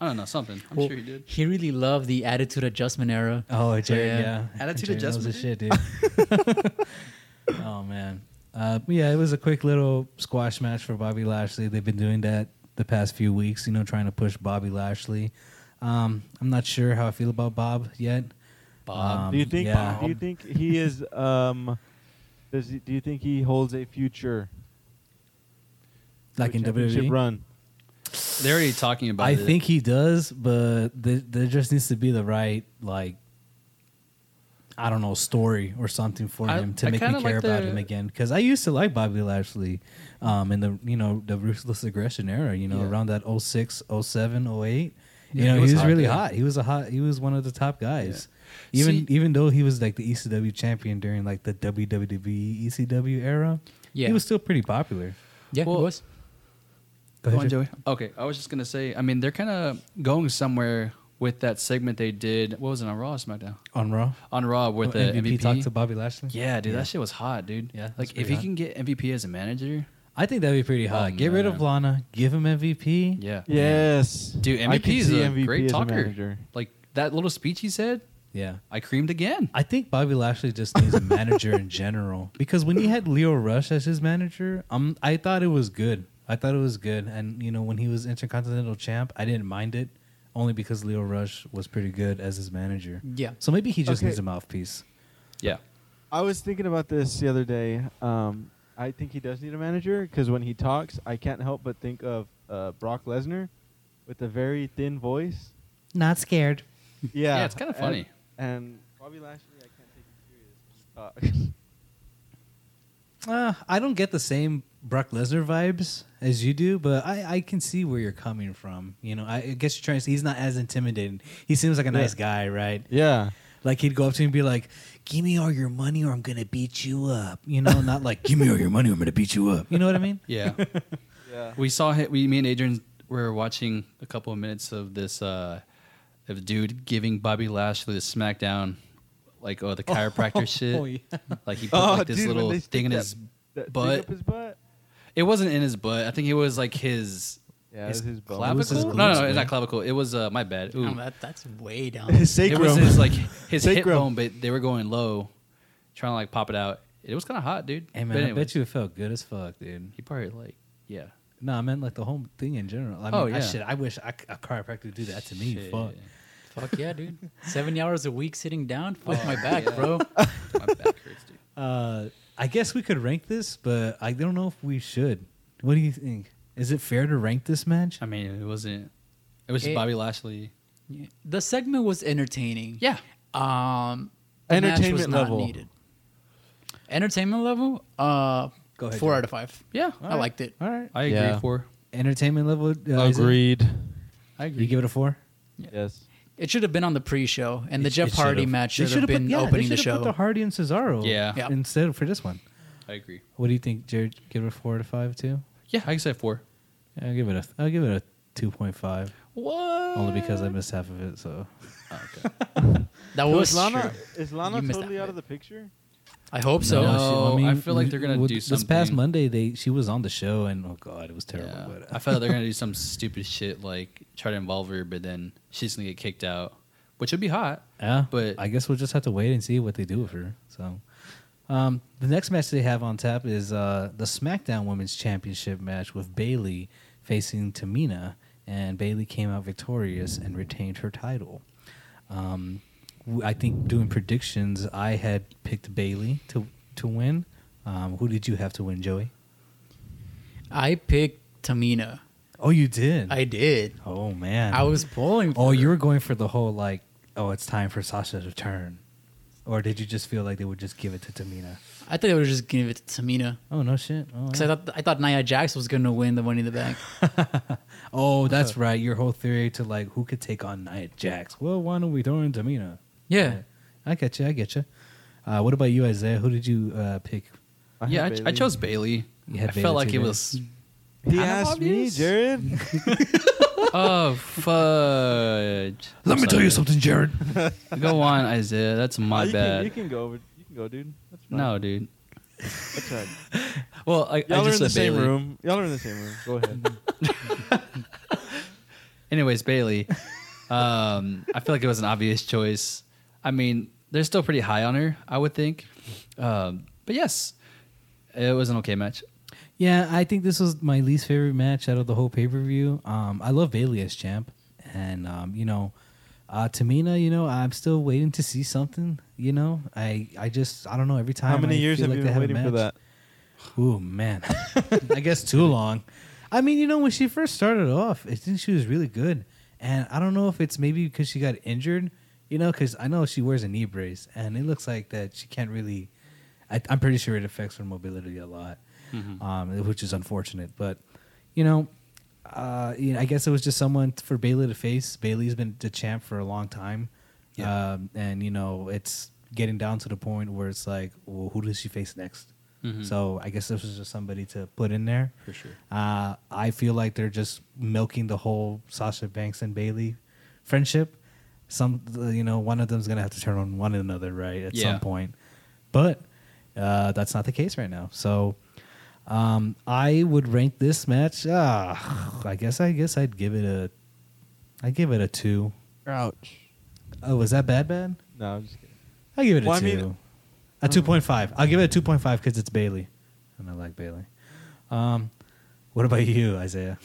[SPEAKER 2] I don't know something. I'm
[SPEAKER 5] Well,
[SPEAKER 2] sure he did.
[SPEAKER 5] He really loved the attitude adjustment era.
[SPEAKER 6] Oh,
[SPEAKER 5] yeah.
[SPEAKER 6] Jared, yeah.
[SPEAKER 2] Attitude
[SPEAKER 6] Jared knows
[SPEAKER 2] adjustment,
[SPEAKER 6] his shit, dude.
[SPEAKER 2] *laughs*
[SPEAKER 6] oh man. Uh, but yeah, it was a quick little squash match for Bobby Lashley. They've been doing that the past few weeks, you know, trying to push Bobby Lashley. Um, I'm not sure how I feel about Bob yet.
[SPEAKER 2] Bob.
[SPEAKER 6] Um,
[SPEAKER 4] do you think?
[SPEAKER 6] yeah.
[SPEAKER 4] Do you think he is? Um, does he, do you think he holds a future
[SPEAKER 6] Like in E?
[SPEAKER 4] championship
[SPEAKER 6] WWE,
[SPEAKER 4] run?
[SPEAKER 2] They're already talking about
[SPEAKER 6] I
[SPEAKER 2] it.
[SPEAKER 6] think he does, but th- there just needs to be the right like I don't know story or something for
[SPEAKER 2] I-
[SPEAKER 6] him to
[SPEAKER 2] I
[SPEAKER 6] make me care
[SPEAKER 2] kinda like
[SPEAKER 6] about
[SPEAKER 2] the-
[SPEAKER 6] him again. Because I used to like Bobby Lashley, um, in the you know the ruthless aggression era. You know
[SPEAKER 2] Yeah.
[SPEAKER 6] around that 06, 07, 08. You
[SPEAKER 2] Yeah,
[SPEAKER 6] know
[SPEAKER 2] he
[SPEAKER 6] he was,
[SPEAKER 2] was hot
[SPEAKER 6] really
[SPEAKER 2] then.
[SPEAKER 6] hot. He was a hot. He was one of the top guys. Even even though he was like the ECW champion during like the E WWE ECW era,
[SPEAKER 5] Yeah.
[SPEAKER 6] he was still pretty popular.
[SPEAKER 5] Yeah,
[SPEAKER 2] Well,
[SPEAKER 5] it was.
[SPEAKER 6] Go
[SPEAKER 2] Go on,
[SPEAKER 6] Jeff.
[SPEAKER 2] Joey. Okay, I was just gonna say. I mean, they're kind of going somewhere with that segment they did. What was it on Raw or SmackDown?
[SPEAKER 6] on Raw Uh,
[SPEAKER 2] On Raw
[SPEAKER 6] Oh,
[SPEAKER 2] with the MVP.
[SPEAKER 6] talked to Bobby Lashley.
[SPEAKER 2] yeah, dude, that shit was hot, dude.
[SPEAKER 6] Yeah, that's
[SPEAKER 2] like if
[SPEAKER 6] pretty
[SPEAKER 2] you
[SPEAKER 6] hot.
[SPEAKER 2] can get MVP as a manager,
[SPEAKER 6] I think that'd be pretty hot. Get rid of
[SPEAKER 2] Oh, man.
[SPEAKER 6] Lana, give him MVP.
[SPEAKER 2] yeah,
[SPEAKER 4] Yes,
[SPEAKER 2] Dude,
[SPEAKER 4] I can
[SPEAKER 2] MVP is
[SPEAKER 4] see
[SPEAKER 2] a
[SPEAKER 4] MVP
[SPEAKER 2] great
[SPEAKER 4] as
[SPEAKER 2] talker.
[SPEAKER 4] manager.
[SPEAKER 2] Like that little speech he said,
[SPEAKER 6] yeah.
[SPEAKER 2] I creamed again.
[SPEAKER 6] I think Bobby Lashley just needs a manager in general because when he had Leo Rush as his manager, um, I thought it was good. I thought it was good, and you know when he was Intercontinental Champ, I didn't mind it, only because Leo Rush was pretty good as his manager.
[SPEAKER 5] Yeah.
[SPEAKER 6] So maybe he just
[SPEAKER 4] Okay.
[SPEAKER 6] needs a mouthpiece.
[SPEAKER 2] Yeah,
[SPEAKER 4] I was thinking about this the other day. Um, I think he does need a manager because when he talks, I can't help but think of uh, Brock Lesnar with a very
[SPEAKER 2] *laughs*
[SPEAKER 4] thin voice.
[SPEAKER 5] Not scared.
[SPEAKER 4] Yeah,
[SPEAKER 2] Yeah, it's kinda
[SPEAKER 4] and-
[SPEAKER 2] funny.
[SPEAKER 4] And, Bobby Lashley, I can't take
[SPEAKER 2] *laughs*
[SPEAKER 4] him serious. when he talks.
[SPEAKER 6] Uh, I don't get the same Brock Lesnar vibes as you do, but I, I can see where you're coming from. You know, I, I guess you're trying to say he's not as intimidating. He seems like a nice guy, right?
[SPEAKER 4] yeah,
[SPEAKER 6] Like he'd go up to me and be like, "Give me all your money, or I'm gonna beat you up." You know, not like, "Give me all your money, or I'm gonna beat you up." You know what I mean?
[SPEAKER 2] yeah.
[SPEAKER 4] yeah.
[SPEAKER 2] we saw him. We, me and Adrian were watching a couple of minutes of this uh, of dude giving Bobby Lashley the SmackDown, like
[SPEAKER 4] *laughs*
[SPEAKER 2] oh the chiropractor shit.
[SPEAKER 6] Oh, yeah.
[SPEAKER 2] Like he put like this
[SPEAKER 4] dude, when
[SPEAKER 2] little
[SPEAKER 4] they stick
[SPEAKER 2] thing in
[SPEAKER 4] that-
[SPEAKER 2] his.
[SPEAKER 4] that thing
[SPEAKER 2] butt.
[SPEAKER 4] up his butt.
[SPEAKER 2] It wasn't in his butt. I think it was like his.
[SPEAKER 4] Yeah,
[SPEAKER 2] his
[SPEAKER 4] it was his bone.
[SPEAKER 2] clavicle.
[SPEAKER 6] It was his
[SPEAKER 2] no,
[SPEAKER 6] glutes,
[SPEAKER 2] no, no, it's
[SPEAKER 6] man.
[SPEAKER 2] not clavicle. It was uh, my bad. Ooh.
[SPEAKER 5] Oh, that, that's way
[SPEAKER 6] *laughs*
[SPEAKER 5] down.
[SPEAKER 4] *laughs* His
[SPEAKER 2] It
[SPEAKER 4] sacrum.
[SPEAKER 2] was his *laughs* like his hip
[SPEAKER 4] Sacrum.
[SPEAKER 2] bone, but they were going low, trying to like pop it out. It was kind of hot, dude.
[SPEAKER 6] Hey
[SPEAKER 2] But
[SPEAKER 6] man, I
[SPEAKER 2] anyways,
[SPEAKER 6] bet you it felt good as fuck, dude.
[SPEAKER 2] he probably like yeah.
[SPEAKER 6] No, I meant like the whole thing in general. I mean,
[SPEAKER 2] Oh,
[SPEAKER 6] I,
[SPEAKER 2] yeah.
[SPEAKER 6] shit, I wish I, c- a chiropractor would do that to me.
[SPEAKER 2] Shit.
[SPEAKER 6] Fuck.
[SPEAKER 5] Fuck yeah, dude. 70 hours a week sitting down? Fuck
[SPEAKER 2] Oh,
[SPEAKER 5] my back, bro.
[SPEAKER 2] My back hurts, dude.
[SPEAKER 6] Uh, I guess we could rank this, but I don't know if we should. What do you think? Is it fair to rank this match?
[SPEAKER 2] I mean, it wasn't. It was just
[SPEAKER 5] It-
[SPEAKER 2] Bobby Lashley.
[SPEAKER 5] Yeah. The segment was entertaining.
[SPEAKER 2] Yeah,
[SPEAKER 5] Um, the match was
[SPEAKER 4] Entertainment
[SPEAKER 5] not
[SPEAKER 4] level.
[SPEAKER 5] Entertainment level? Uh,
[SPEAKER 6] Go ahead,
[SPEAKER 5] Four
[SPEAKER 6] John.
[SPEAKER 5] out of five.
[SPEAKER 2] yeah.
[SPEAKER 5] I liked it.
[SPEAKER 6] All right.
[SPEAKER 2] I agree.
[SPEAKER 4] Yeah.
[SPEAKER 2] For
[SPEAKER 6] Entertainment level. Uh, is it-
[SPEAKER 4] Agreed.
[SPEAKER 2] I
[SPEAKER 6] You give it a four.
[SPEAKER 4] Yes.
[SPEAKER 5] It should have been on the pre-show, and the
[SPEAKER 6] It-
[SPEAKER 5] Jeff
[SPEAKER 6] it should've.
[SPEAKER 5] Hardy match
[SPEAKER 6] They
[SPEAKER 5] should have
[SPEAKER 6] should've
[SPEAKER 5] been
[SPEAKER 6] put- yeah, they
[SPEAKER 5] opening the
[SPEAKER 6] should've
[SPEAKER 5] show.
[SPEAKER 6] Put the Hardy and Cesaro.
[SPEAKER 2] Yeah.
[SPEAKER 5] Yeah.
[SPEAKER 6] Instead for this one.
[SPEAKER 2] I agree.
[SPEAKER 6] What do you think, Jared? Give it a four to five too.
[SPEAKER 2] Yeah, I can say four.
[SPEAKER 6] I'll give it a I'll give it a two point five
[SPEAKER 2] What?
[SPEAKER 6] only because I missed half of it. So
[SPEAKER 5] that
[SPEAKER 2] Oh,
[SPEAKER 4] So
[SPEAKER 5] was
[SPEAKER 4] is Lana,
[SPEAKER 5] true.
[SPEAKER 4] is Lana
[SPEAKER 5] You missed
[SPEAKER 4] totally
[SPEAKER 5] that
[SPEAKER 4] out of
[SPEAKER 5] bit.
[SPEAKER 4] the picture?
[SPEAKER 5] I hope so.
[SPEAKER 2] No, I feel like they're gonna
[SPEAKER 6] with-
[SPEAKER 2] do
[SPEAKER 6] This past
[SPEAKER 2] something.
[SPEAKER 6] Monday, they she was on the show and oh god, it was terrible.
[SPEAKER 2] Yeah.
[SPEAKER 6] But,
[SPEAKER 2] I felt like they're gonna do some stupid shit, like try to involve her, but then she's gonna get kicked out, which would be hot.
[SPEAKER 6] Yeah,
[SPEAKER 2] But-
[SPEAKER 6] I guess we'll just have to wait and see what they do with her. So, um, the next match they have on tap is uh, the SmackDown Women's Championship match with Bailey facing Tamina, and Bailey came out victorious and retained her title. Um, w- I think doing predictions, I had picked Bailey to to win. Um, who did you have to win, Joey?
[SPEAKER 5] I picked Tamina.
[SPEAKER 6] Oh, you did.
[SPEAKER 5] I did.
[SPEAKER 6] oh man,
[SPEAKER 5] I was pulling.
[SPEAKER 6] Oh,
[SPEAKER 5] for
[SPEAKER 6] you were going for the whole like, oh, it's time for Sasha to turn, or did you just feel like they would just give it to Tamina?
[SPEAKER 5] her. I thought they were just giving it to Tamina
[SPEAKER 6] Oh no shit! Oh,
[SPEAKER 5] because I thought I thought Nia Jax was gonna win the Money in the Bank.
[SPEAKER 6] oh, that's right. Your whole theory to like who could take on Nia Jax? Well, why don't we throw in Tamina?
[SPEAKER 5] Yeah.
[SPEAKER 6] I get you. I get you. Uh, what about you, Isaiah? Who did you uh, pick?
[SPEAKER 2] yeah, I,
[SPEAKER 4] had
[SPEAKER 2] I
[SPEAKER 4] Bailey.
[SPEAKER 2] chose Bailey.
[SPEAKER 6] You had
[SPEAKER 2] I
[SPEAKER 6] Bailey
[SPEAKER 2] felt like
[SPEAKER 6] too,
[SPEAKER 2] it
[SPEAKER 6] didn't
[SPEAKER 2] was.
[SPEAKER 4] He
[SPEAKER 2] Kind of
[SPEAKER 4] asked me,
[SPEAKER 2] obvious.
[SPEAKER 4] Jared.
[SPEAKER 2] *laughs* Oh fudge! I'm sorry.
[SPEAKER 6] Jared.
[SPEAKER 2] Go on, Isaiah. That's
[SPEAKER 4] Oh,
[SPEAKER 2] my
[SPEAKER 4] you Can,
[SPEAKER 2] bad.
[SPEAKER 4] you can go over. You can go, dude. That's fine.
[SPEAKER 2] no, dude.
[SPEAKER 4] That's fine.
[SPEAKER 2] Well, I,
[SPEAKER 4] Y'all
[SPEAKER 2] I
[SPEAKER 4] are in
[SPEAKER 2] just said
[SPEAKER 4] the same
[SPEAKER 2] Bailey.
[SPEAKER 4] room. Y'all are in the same room. Go *laughs* ahead.
[SPEAKER 2] Anyways,
[SPEAKER 4] *laughs*
[SPEAKER 2] Bailey, um, I feel like it was an obvious choice. I mean, they're still pretty high on her, I would think. Um, but yes, it was an okay match.
[SPEAKER 6] Yeah, I think this was my least favorite match out of the whole pay per view. Um, I love Bailey as champ, and um, you know, uh, Tamina. You know, I'm still waiting to see something. You know, I I just I don't know. Every time
[SPEAKER 4] How many
[SPEAKER 6] I
[SPEAKER 4] years
[SPEAKER 6] feel
[SPEAKER 4] have
[SPEAKER 6] like
[SPEAKER 4] you
[SPEAKER 6] they
[SPEAKER 4] been waiting
[SPEAKER 6] have a
[SPEAKER 4] for that?
[SPEAKER 6] match. Oh man, I guess too long. I mean, you know, when she first started off, I think she was really good, and I don't know if it's maybe because she got injured, you know, because I know she wears a knee brace, and it looks like that she can't really. I, I'm pretty sure it affects her mobility a lot, um, which is unfortunate. But you know, uh, you know, I guess it was just someone t- for Bailey to face. Bailey's been the champ for a long time,
[SPEAKER 2] Yeah.
[SPEAKER 6] um, and you know, it's getting down to the point where it's like, well, who does she face next? So I guess this was just somebody to put in there.
[SPEAKER 2] Mm-hmm. For sure.
[SPEAKER 6] Uh, I feel like they're just milking the whole Sasha Banks and Bailey friendship. some you know one of them's gonna have to turn on one another, right? At
[SPEAKER 2] Yeah.
[SPEAKER 6] some point, but uh, that's not the case right now. So um, I would rank this match. Uh, I guess I guess I'd give it a I give it a two.
[SPEAKER 4] Ouch.
[SPEAKER 6] Oh, was that bad? Bad?
[SPEAKER 4] No, I'm just kidding.
[SPEAKER 6] I give it a
[SPEAKER 4] Well, I
[SPEAKER 6] two.
[SPEAKER 4] mean-
[SPEAKER 6] a two point five. I'll give it a two point five because it's Bailey, and I like Bailey. Um, what about you, Isaiah?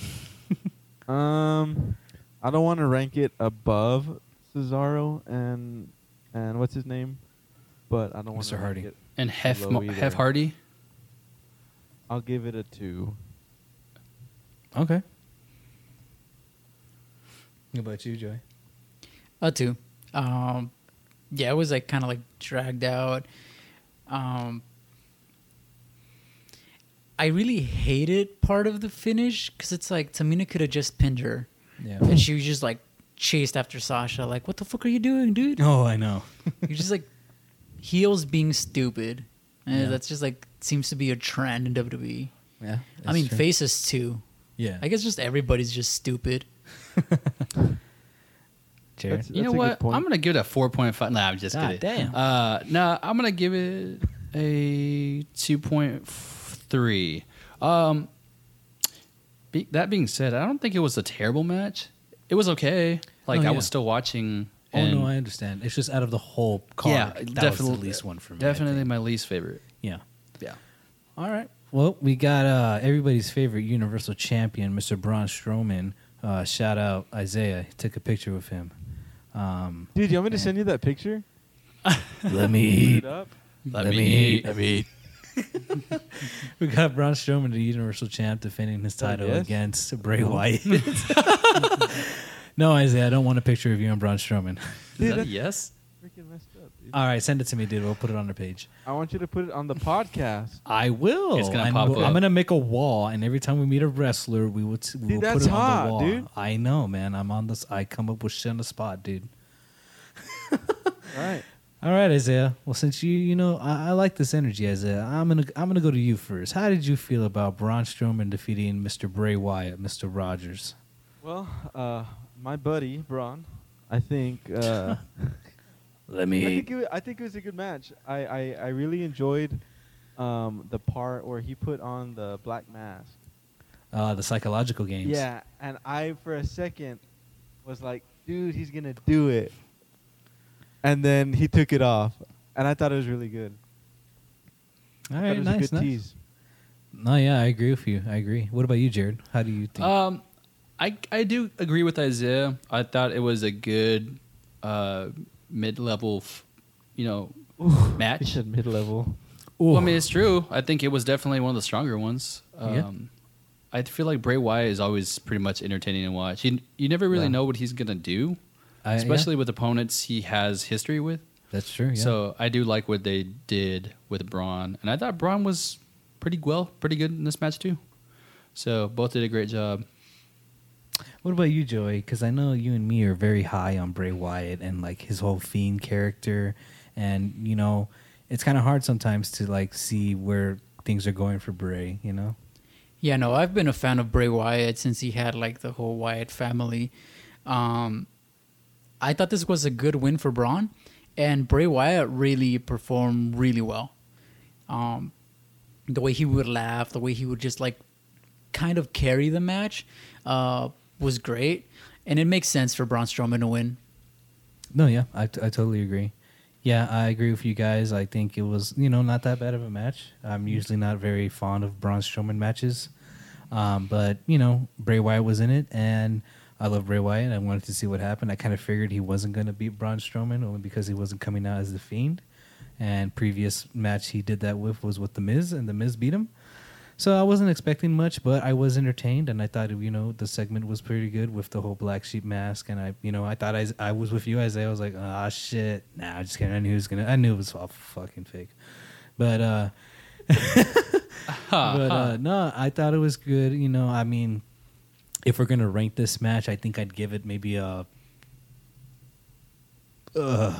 [SPEAKER 4] Um, I don't want to rank it above Cesaro and and what's his name, but I don't want
[SPEAKER 6] Mr. Hardy.
[SPEAKER 4] It.
[SPEAKER 2] And Hef,
[SPEAKER 4] Low
[SPEAKER 2] Mo-
[SPEAKER 4] either.
[SPEAKER 2] Hef Hardy?
[SPEAKER 4] I'll give it a two.
[SPEAKER 6] Okay. What about you, Joy?
[SPEAKER 5] A two. Um, yeah, it was like kind of like dragged out. Um, I really hated part of the finish because it's like Tamina could have just pinned her,
[SPEAKER 6] Yeah.
[SPEAKER 5] and she was just like chased after Sasha. Like, what the fuck are you doing, dude? *laughs*
[SPEAKER 6] Oh, I know.
[SPEAKER 5] You're just like heels being stupid. And
[SPEAKER 6] Yeah.
[SPEAKER 5] That's just like seems to be a trend in WWE.
[SPEAKER 6] Yeah.
[SPEAKER 5] I mean,
[SPEAKER 6] face.
[SPEAKER 5] faces too.
[SPEAKER 6] Yeah.
[SPEAKER 5] I guess just everybody's just stupid.
[SPEAKER 6] Jared.
[SPEAKER 4] That's-
[SPEAKER 2] you know
[SPEAKER 4] a good
[SPEAKER 2] what?
[SPEAKER 4] point.
[SPEAKER 2] I'm gonna give it a four point five. Nah, I'm just
[SPEAKER 6] God
[SPEAKER 2] kidding.
[SPEAKER 6] damn.
[SPEAKER 2] Uh, no, I'm gonna give it a two point three. Um, be, that being said, I don't think it was a terrible match. It was okay. Like
[SPEAKER 6] Oh,
[SPEAKER 2] I
[SPEAKER 6] yeah.
[SPEAKER 2] was still watching.
[SPEAKER 6] Oh
[SPEAKER 2] and
[SPEAKER 6] no, I understand. It's just out of the whole card.
[SPEAKER 2] yeah,
[SPEAKER 6] that
[SPEAKER 2] definitely
[SPEAKER 6] was the least one for me. I
[SPEAKER 2] Definitely
[SPEAKER 6] think.
[SPEAKER 2] my least favorite.
[SPEAKER 6] Yeah.
[SPEAKER 2] Yeah.
[SPEAKER 6] All right. Well, we got uh, everybody's favorite Universal Champion, Mr. Braun Strowman. Uh, shout out Isaiah. Took a picture with him.
[SPEAKER 4] *laughs*
[SPEAKER 6] Um,
[SPEAKER 4] Dude, you want me to send you that picture?
[SPEAKER 6] let me
[SPEAKER 4] Put
[SPEAKER 6] eat.
[SPEAKER 4] it up.
[SPEAKER 6] Let me
[SPEAKER 2] *laughs*
[SPEAKER 6] eat.
[SPEAKER 2] Let me eat.
[SPEAKER 6] We got Braun Strowman, the Universal Champ, defending his
[SPEAKER 4] Oh,
[SPEAKER 6] title
[SPEAKER 4] yes? *laughs*
[SPEAKER 6] against Bray Wyatt. *laughs* no, Isaiah, I don't want a picture of you and Braun Strowman.
[SPEAKER 2] Is
[SPEAKER 4] Dude,
[SPEAKER 6] *laughs*
[SPEAKER 2] that a
[SPEAKER 4] that's-
[SPEAKER 2] yes?
[SPEAKER 4] Freaking messed up, dude.
[SPEAKER 6] All right, send it to me, dude. We'll put it on the page.
[SPEAKER 4] I want you to put it on the podcast.
[SPEAKER 6] I will.
[SPEAKER 2] It's gonna
[SPEAKER 6] I'm,
[SPEAKER 2] pop up.
[SPEAKER 6] I'm gonna make a wall, and every time we meet a wrestler, we will. T- we
[SPEAKER 4] Dude,
[SPEAKER 6] will put
[SPEAKER 4] that's
[SPEAKER 6] it on
[SPEAKER 4] hot,
[SPEAKER 6] the wall.
[SPEAKER 4] dude.
[SPEAKER 6] I know, man. I'm on this. I come up with shit on the spot, dude.
[SPEAKER 4] *laughs* All right.
[SPEAKER 6] All right, Isaiah. Well, since you you know I, I like this energy, Isaiah. I'm gonna I'm gonna go to you first. How did you feel about Braun Strowman defeating Mr. Bray Wyatt, Mr. Rogers?
[SPEAKER 4] Well, uh, my buddy Braun, I think. Uh,
[SPEAKER 6] Let
[SPEAKER 4] I think, it, wa- I think it was a good match. I, I, I really enjoyed um, the part where he put on the black mask.
[SPEAKER 6] Uh, the psychological games.
[SPEAKER 4] Yeah, and I for a second was like, dude, he's gonna do it. And then he took it off, and I thought it was really good.
[SPEAKER 6] All
[SPEAKER 4] I thought
[SPEAKER 6] right.
[SPEAKER 4] it was
[SPEAKER 6] Nice.
[SPEAKER 4] a good
[SPEAKER 6] nice.
[SPEAKER 4] tease.
[SPEAKER 6] No, yeah, I agree with you. I agree. What about you, Jared? How do you think?
[SPEAKER 2] Um, I I do agree with Isaiah. I thought it was a good uh, mid level, you know, match.
[SPEAKER 4] He said mid level.
[SPEAKER 2] Well, I mean, it's true. I think it was definitely one of the stronger ones.
[SPEAKER 6] Yeah.
[SPEAKER 2] Um, I feel like Bray Wyatt is always pretty much entertaining to watch. You, you never really
[SPEAKER 6] Yeah.
[SPEAKER 2] know what he's going to do,
[SPEAKER 6] I- yeah,
[SPEAKER 2] especially with opponents he has history with.
[SPEAKER 6] that's true. Yeah.
[SPEAKER 2] So I do like what they did with Braun. And I thought Braun was pretty well, pretty good in this match, too. So both did a great job.
[SPEAKER 6] What about you, Joey? Because I know you and me are very high on Bray Wyatt and like his whole fiend character, and you know, it's kind of hard sometimes to like see where things are going for Bray. You know,
[SPEAKER 5] Yeah, no, I've been a fan of Bray Wyatt since he had like the whole Wyatt family. Um, I thought this was a good win for Braun, and Bray Wyatt really performed really well. Um, the way he would laugh, the way he would just like kind of carry the match, uh, was great, and it makes sense for Braun Strowman to win.
[SPEAKER 6] No, yeah, I, t- I totally agree. Yeah, I agree with you guys. I think it was, you know, not that bad of a match. I'm usually not very fond of Braun Strowman matches. Um, but, you know, Bray Wyatt was in it, and I love Bray Wyatt. I wanted to see what happened. I kind of figured he wasn't going to beat Braun Strowman only because he wasn't coming out as The Fiend. And previous match he did that with was with The Miz, and The Miz beat him. So I wasn't expecting much, but I was entertained, and I thought you know the segment was pretty good with the whole black sheep mask, and I you know I thought I, I was with you Isaiah. I was like ah shit, nah, I just kidding. I knew it was gonna, I knew it was all fucking fake, but uh, *laughs* but uh, no, I thought it was good. You know, I mean, if we're gonna rank this match, I think I'd give it maybe a uh,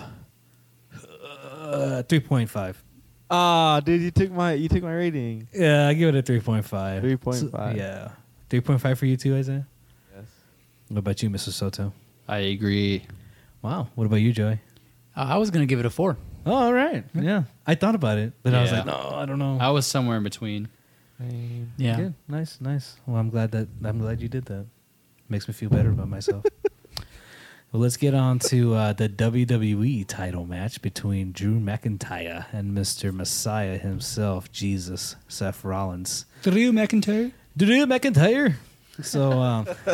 [SPEAKER 6] uh, three point five.
[SPEAKER 4] Ah, dude, you took my you took my rating.
[SPEAKER 6] Yeah, I give it a three point five.
[SPEAKER 4] 3.5.
[SPEAKER 6] yeah, three point five for you too, Isaiah.
[SPEAKER 4] Yes.
[SPEAKER 6] What about you, Mr. Soto?
[SPEAKER 2] I agree.
[SPEAKER 6] Wow. What about you, Joey?
[SPEAKER 5] Uh, I was gonna give it a four.
[SPEAKER 6] Oh, all right. Yeah. I thought about it, but I was
[SPEAKER 2] Yeah.
[SPEAKER 6] like, no, I don't know.
[SPEAKER 2] I was somewhere in between.
[SPEAKER 6] I-
[SPEAKER 5] Yeah.
[SPEAKER 6] Nice. Nice. Well, I'm glad that I'm glad you did that. Makes me feel better about myself. well, let's get on to uh, the WWE title match between Drew McIntyre and Mr. Messiah himself, Jesus Seth Rollins.
[SPEAKER 2] Drew McIntyre.
[SPEAKER 6] Drew McIntyre. So um, *laughs*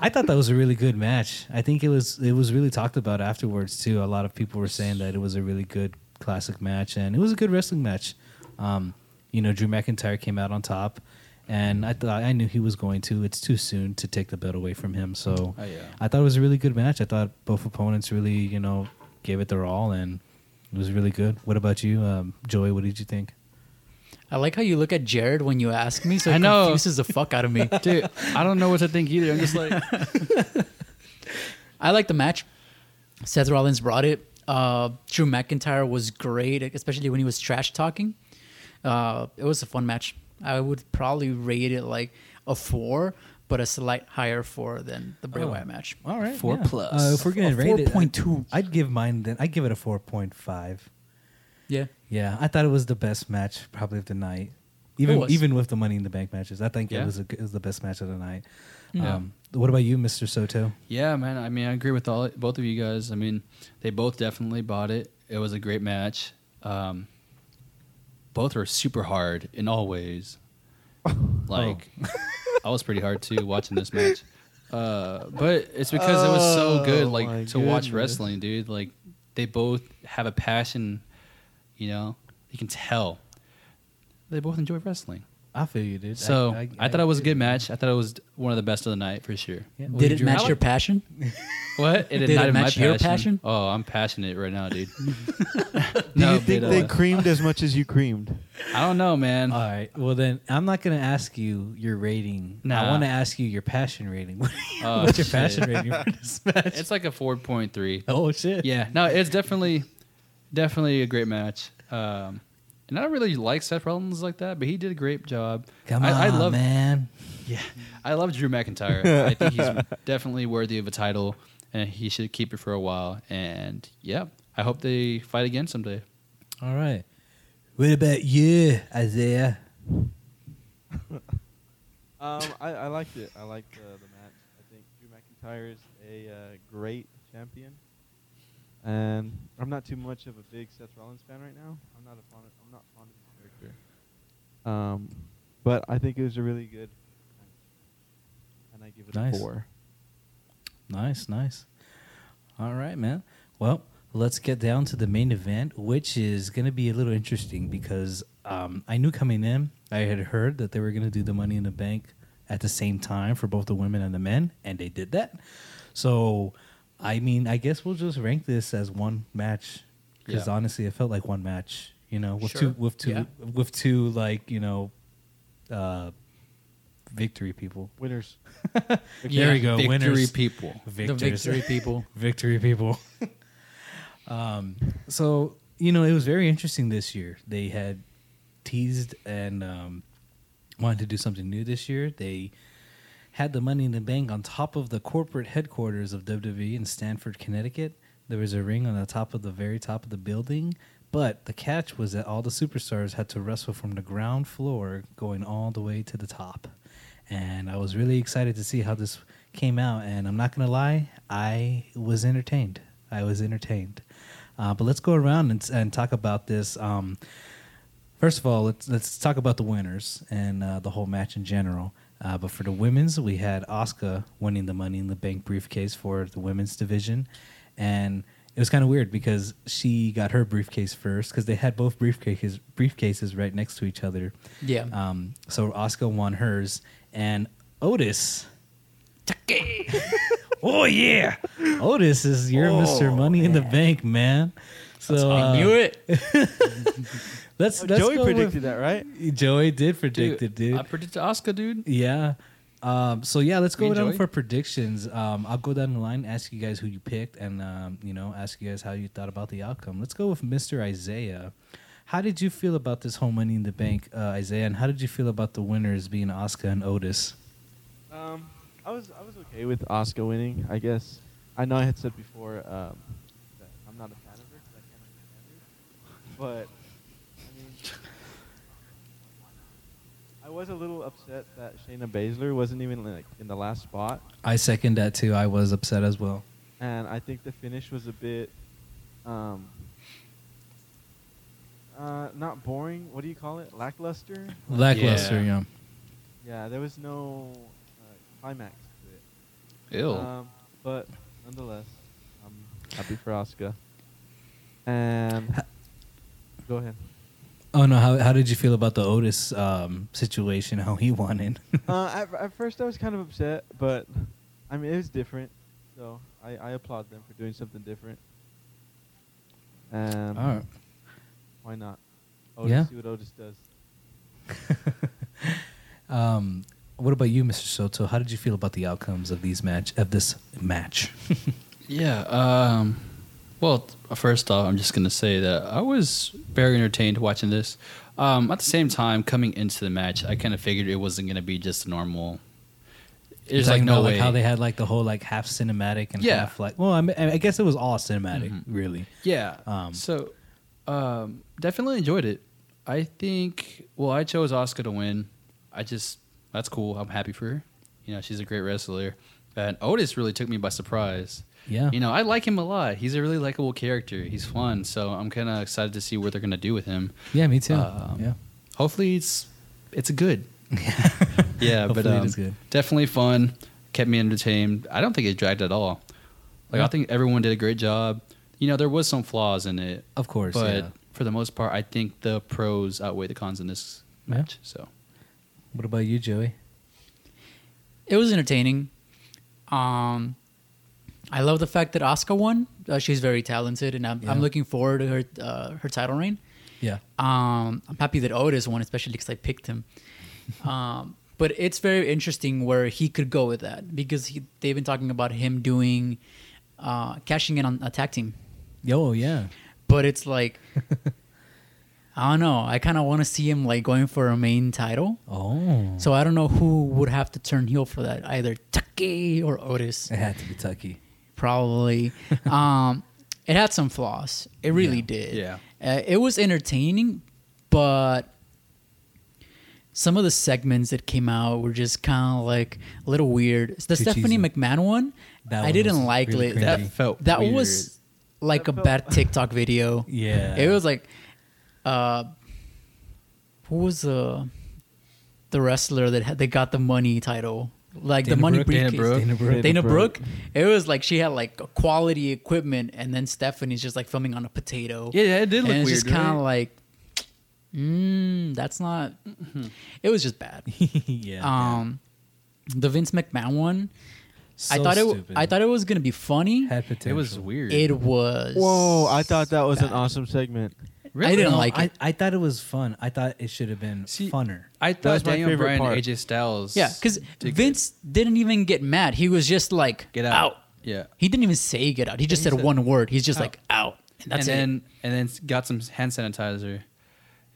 [SPEAKER 6] I thought that was a really good match. I think it was it was really talked about afterwards too. A lot of people were saying that it was a really good classic match and it was a good wrestling match. Um, you know, Drew McIntyre came out on top, and I thought I knew he was going to. It's too soon to take the belt away from him. So
[SPEAKER 2] Oh yeah.
[SPEAKER 6] I thought it was a really good match. I thought both opponents really you know gave it their all and. It was really good. What about you, um, Joey? What did you think?
[SPEAKER 5] I like how you look at Jared when you ask me, so it
[SPEAKER 2] I know.
[SPEAKER 5] confuses the fuck out of me.
[SPEAKER 2] *laughs* Dude, I don't know what to think either. I'm just like,
[SPEAKER 5] *laughs* I like the match. Seth Rollins brought it. Uh, Drew McIntyre was great, especially when he was trash talking. Uh, it was a fun match. I would probably rate it like a four, but a slight higher four than the Bray
[SPEAKER 6] Oh.
[SPEAKER 5] Wyatt match.
[SPEAKER 6] All right,
[SPEAKER 5] Four
[SPEAKER 6] yeah.
[SPEAKER 5] plus.
[SPEAKER 6] Uh, if we're gonna
[SPEAKER 5] A
[SPEAKER 6] rate it,
[SPEAKER 5] 4.2.
[SPEAKER 6] I'd, I'd give mine. Then I'd give it a four point five.
[SPEAKER 5] Yeah,
[SPEAKER 6] Yeah, I thought it was the best match probably of the night.
[SPEAKER 5] It
[SPEAKER 6] Even
[SPEAKER 5] was.
[SPEAKER 6] even with the Money in the Bank matches, I think it
[SPEAKER 2] Yeah.
[SPEAKER 6] was a, it was the best match of the night.
[SPEAKER 2] Yeah.
[SPEAKER 6] Um, what about you, Mister Soto?
[SPEAKER 2] yeah, man. I mean, I agree with all both of you guys. I mean, they both definitely bought it. It was a great match. Um, both were super hard in all ways. Like, I was pretty hard too watching this match. Uh, but it's because it was so good,
[SPEAKER 4] Oh,
[SPEAKER 2] like
[SPEAKER 4] my
[SPEAKER 2] to watch
[SPEAKER 4] goodness.
[SPEAKER 2] wrestling, dude. Like, they both have a passion. You know, you can tell they both enjoy wrestling.
[SPEAKER 6] I feel you, dude.
[SPEAKER 2] So I, thought it was a good match. I thought it was one of the best of the night for sure.
[SPEAKER 6] Yeah, well,
[SPEAKER 5] did
[SPEAKER 6] you
[SPEAKER 5] it
[SPEAKER 6] drew-
[SPEAKER 5] match your passion?
[SPEAKER 2] What? It
[SPEAKER 5] Did it
[SPEAKER 2] ignited my
[SPEAKER 5] match your passion?
[SPEAKER 2] Oh, I'm passionate right now, dude.
[SPEAKER 4] Do
[SPEAKER 2] *laughs* no,
[SPEAKER 4] you think
[SPEAKER 2] but,
[SPEAKER 4] they
[SPEAKER 2] uh,
[SPEAKER 4] creamed as much as you creamed?
[SPEAKER 2] I don't know, man.
[SPEAKER 6] All right. Well, then I'm not gonna ask you your rating. I
[SPEAKER 2] Nah.
[SPEAKER 6] want to ask you your passion rating. *laughs*
[SPEAKER 2] Oh,
[SPEAKER 6] What's your
[SPEAKER 2] shit.
[SPEAKER 6] passion rating *laughs* for this match?
[SPEAKER 2] It's like a 4.3.
[SPEAKER 6] oh shit.
[SPEAKER 2] Yeah, no, it's definitely, definitely a great match. Um, and I don't really like Seth Rollins like that, but he did a great job.
[SPEAKER 6] Come on,
[SPEAKER 2] I, I love,
[SPEAKER 6] man.
[SPEAKER 2] yeah, I love Drew McIntyre. I think he's definitely worthy of a title, and he should keep it for a while. And yeah, I hope they fight again someday.
[SPEAKER 6] All right. What about you, Isaiah?
[SPEAKER 4] Um, I, I liked it. I liked uh, the match. I think Drew McIntyre is a uh, great champion. And I'm not too much of a big Seth Rollins fan right now. I'm not a fond. Of, I'm not fond of his character. Um, but I think it was a really good. match. And I give it
[SPEAKER 6] Nice.
[SPEAKER 4] a four.
[SPEAKER 6] Nice, nice. All right, man. Well, let's get down to the main event, which is going to be a little interesting because um, I knew coming in, I had heard that they were going to do the Money in the Bank at the same time for both the women and the men, and they did that. So, I mean, I guess we'll just rank this as one match because
[SPEAKER 2] Yeah.
[SPEAKER 6] honestly, it felt like one match. You know, with
[SPEAKER 5] Sure.
[SPEAKER 6] two, with two,
[SPEAKER 5] Yeah.
[SPEAKER 6] with two, like you know, uh, victory people.
[SPEAKER 4] Winners.
[SPEAKER 6] There we go.
[SPEAKER 2] Victory
[SPEAKER 6] winners.
[SPEAKER 2] people.
[SPEAKER 6] Victors.
[SPEAKER 5] The victory people.
[SPEAKER 6] victory people. *laughs* um, so you know, it was very interesting this year. They had teased and um, wanted to do something new this year. They had the Money in the Bank on top of the corporate headquarters of WWE in Stanford, Connecticut. There was a ring on the top of the very top of the building, but the catch was that all the superstars had to wrestle from the ground floor going all the way to the top. And I was really excited to see how this came out. And I'm not going to lie, I was entertained. I was entertained. Uh, but let's go around and, and talk about this. Um, First of all, let's let's talk about the winners and uh, the whole match in general. Uh, but for the women's, we had Asuka winning the Money in the Bank briefcase for the women's division, and it was kind of weird because she got her briefcase first because they had both briefcases briefcases right next to each other.
[SPEAKER 5] *laughs* Yeah.
[SPEAKER 2] Uh,
[SPEAKER 6] Um, so Asuka won hers, and Otis. *laughs* oh yeah, Otis is your Mister Money in the Bank man. So uh,
[SPEAKER 5] I knew it.
[SPEAKER 6] Let's, let's
[SPEAKER 4] Joey
[SPEAKER 6] go
[SPEAKER 4] predicted
[SPEAKER 6] with-
[SPEAKER 4] that, right?
[SPEAKER 6] Joey did predict it, dude.
[SPEAKER 2] I *laughs* predicted Oscar, dude.
[SPEAKER 6] yeah. Um, so yeah, let's go
[SPEAKER 2] Me and
[SPEAKER 6] down
[SPEAKER 2] Joey?
[SPEAKER 6] for predictions. Um, I'll go down the line, ask you guys who you picked, and um, you know, ask you guys how you thought about the outcome. Let's go with Mr. Isaiah. How did you feel about this whole Money in the Bank, uh, Isaiah? And how did you feel about the winners being Oscar and Otis?
[SPEAKER 4] Um, I was I was okay with Oscar winning. I guess I know I had said before um, that I'm not a fan of her 'cause I can't understand her, but I mean, I was a little upset that Shayna Baszler wasn't even like in the last spot,
[SPEAKER 6] I second that too. I was upset as well.
[SPEAKER 4] and I think the finish was a bit, um, uh, not boring. What do you call it? Lackluster.
[SPEAKER 6] Lackluster,
[SPEAKER 2] Yeah.
[SPEAKER 6] yeah.
[SPEAKER 4] Yeah, there was no uh, climax to it.
[SPEAKER 2] Ew.
[SPEAKER 4] Um, but nonetheless, I'm happy for Oscar. And go ahead.
[SPEAKER 6] Oh no, how how did you feel about the Otis um, situation? *laughs* How he won in?
[SPEAKER 4] Uh, at, at first, I was kind of upset, but I mean, it was different. So I, I applaud them for doing something different. Um,
[SPEAKER 6] *laughs* All
[SPEAKER 4] Why not? Otis,
[SPEAKER 6] Yeah.
[SPEAKER 4] See what Otis does.
[SPEAKER 6] right. *laughs* um, what about you, Mr. Soto? How did you feel about the outcomes of these match of this match?
[SPEAKER 2] Yeah. Um, well, th- first off, I'm just gonna say that I was very entertained watching this. Um, at the same time, coming into the match, I kind of figured it wasn't gonna be just a normal.
[SPEAKER 6] You're
[SPEAKER 2] There's like
[SPEAKER 6] talking
[SPEAKER 2] no
[SPEAKER 6] about,
[SPEAKER 2] way.
[SPEAKER 6] like, how they had like the whole like half cinematic and
[SPEAKER 2] Yeah. Mm-hmm.
[SPEAKER 6] half like. Well, I, mean, I I guess it was all cinematic, really.
[SPEAKER 2] yeah.
[SPEAKER 6] Um,
[SPEAKER 2] so, um, definitely enjoyed it. I think. Well, I chose Oscar to win. I just that's cool. I'm happy for her. You know, she's a great wrestler, and Otis really took me by surprise.
[SPEAKER 6] Yeah.
[SPEAKER 2] You know, I like him a lot. He's a really likable character. He's fun, so I'm kind of excited to see what they're gonna do with him.
[SPEAKER 6] yeah, me too.
[SPEAKER 2] Um,
[SPEAKER 6] yeah.
[SPEAKER 2] Hopefully, it's it's *laughs* good. *laughs*
[SPEAKER 6] *laughs*
[SPEAKER 2] yeah, but
[SPEAKER 6] Hopefully it
[SPEAKER 2] um,
[SPEAKER 6] is good.
[SPEAKER 2] definitely fun. Kept me entertained. I don't think it dragged at all. Like
[SPEAKER 6] Yeah.
[SPEAKER 2] I think everyone did a great job. You know, there was some flaws in it,
[SPEAKER 6] Of course.
[SPEAKER 2] but
[SPEAKER 6] yeah.
[SPEAKER 2] for the most part, I think the pros outweigh the cons in this
[SPEAKER 6] Yeah.
[SPEAKER 2] match. So
[SPEAKER 6] What about you, Joey?
[SPEAKER 5] it was entertaining. Um, I love the fact that Asuka won. Uh, she's very talented, and I'm, I'm
[SPEAKER 6] Yeah.
[SPEAKER 5] looking forward to her uh, her title reign.
[SPEAKER 6] Yeah.
[SPEAKER 5] Um, I'm happy that Otis won, especially because I picked
[SPEAKER 6] *laughs*
[SPEAKER 5] him. Um, but it's very interesting where he could go with that because he, they've been talking about him doing uh, cashing in on a tag team.
[SPEAKER 6] Yo, oh, yeah.
[SPEAKER 5] But it's
[SPEAKER 6] *laughs*
[SPEAKER 5] like, I don't know. I kind of want to see him like going for a main title.
[SPEAKER 6] Oh.
[SPEAKER 5] So I don't know who would have to turn heel for that, either Tucky or Otis,
[SPEAKER 6] It had to be Tucky.
[SPEAKER 5] probably. um, it had some flaws. It really
[SPEAKER 6] Yeah.
[SPEAKER 5] did.
[SPEAKER 2] Yeah.
[SPEAKER 5] Uh, it was entertaining, but some of the segments that came out were just kind of like a little weird. The
[SPEAKER 6] Too
[SPEAKER 5] Stephanie
[SPEAKER 6] cheesy.
[SPEAKER 5] McMahon one,
[SPEAKER 6] That
[SPEAKER 5] I
[SPEAKER 6] one
[SPEAKER 5] didn't
[SPEAKER 6] was
[SPEAKER 5] like
[SPEAKER 6] really
[SPEAKER 5] it.
[SPEAKER 6] cringy.
[SPEAKER 5] That,
[SPEAKER 6] That
[SPEAKER 2] felt
[SPEAKER 5] that
[SPEAKER 2] weird.
[SPEAKER 5] was like
[SPEAKER 4] That
[SPEAKER 5] a
[SPEAKER 4] felt-
[SPEAKER 5] bad TikTok video.
[SPEAKER 6] Yeah.
[SPEAKER 5] *laughs* It was like, uh, who was the the wrestler that had, that got the money title? Like the
[SPEAKER 6] Dana
[SPEAKER 5] money
[SPEAKER 6] Brooke? Dana
[SPEAKER 5] briefcase.
[SPEAKER 6] Brooke? Dana Brooke.
[SPEAKER 5] Dana
[SPEAKER 6] Dana Brooke.
[SPEAKER 5] Brooke. It was like she had like quality equipment, and then Stephanie's just like filming on a potato.
[SPEAKER 2] yeah, it did
[SPEAKER 5] and
[SPEAKER 2] look
[SPEAKER 5] it's
[SPEAKER 2] weird.
[SPEAKER 5] just kind of
[SPEAKER 2] right?
[SPEAKER 5] like, mm, that's not. It was just bad.
[SPEAKER 6] *laughs* yeah.
[SPEAKER 5] Um, the Vince McMahon one.
[SPEAKER 6] So
[SPEAKER 5] I thought it. w-
[SPEAKER 6] stupid.
[SPEAKER 5] I thought it was gonna be funny.
[SPEAKER 6] had
[SPEAKER 2] it was
[SPEAKER 6] potential.
[SPEAKER 2] weird.
[SPEAKER 5] It was.
[SPEAKER 4] Whoa! I thought that was an
[SPEAKER 5] bad.
[SPEAKER 4] awesome segment.
[SPEAKER 5] I didn't like
[SPEAKER 6] I,
[SPEAKER 5] it.
[SPEAKER 6] I thought it was fun. I thought it should have been
[SPEAKER 2] See,
[SPEAKER 6] funner.
[SPEAKER 2] I
[SPEAKER 4] was
[SPEAKER 2] thought
[SPEAKER 4] my
[SPEAKER 2] Daniel
[SPEAKER 4] favorite
[SPEAKER 2] Bryan
[SPEAKER 4] part.
[SPEAKER 2] and AJ Styles.
[SPEAKER 5] Yeah, because
[SPEAKER 2] did
[SPEAKER 5] Vince didn't even get mad. He was just like,
[SPEAKER 2] get out. Yeah.
[SPEAKER 5] He didn't even say get out. He just
[SPEAKER 2] He
[SPEAKER 5] said,
[SPEAKER 2] said,
[SPEAKER 5] one word. He's just
[SPEAKER 2] "Out."
[SPEAKER 5] like, out. And that's
[SPEAKER 2] and
[SPEAKER 5] it.
[SPEAKER 2] then and then s- got some hand sanitizer,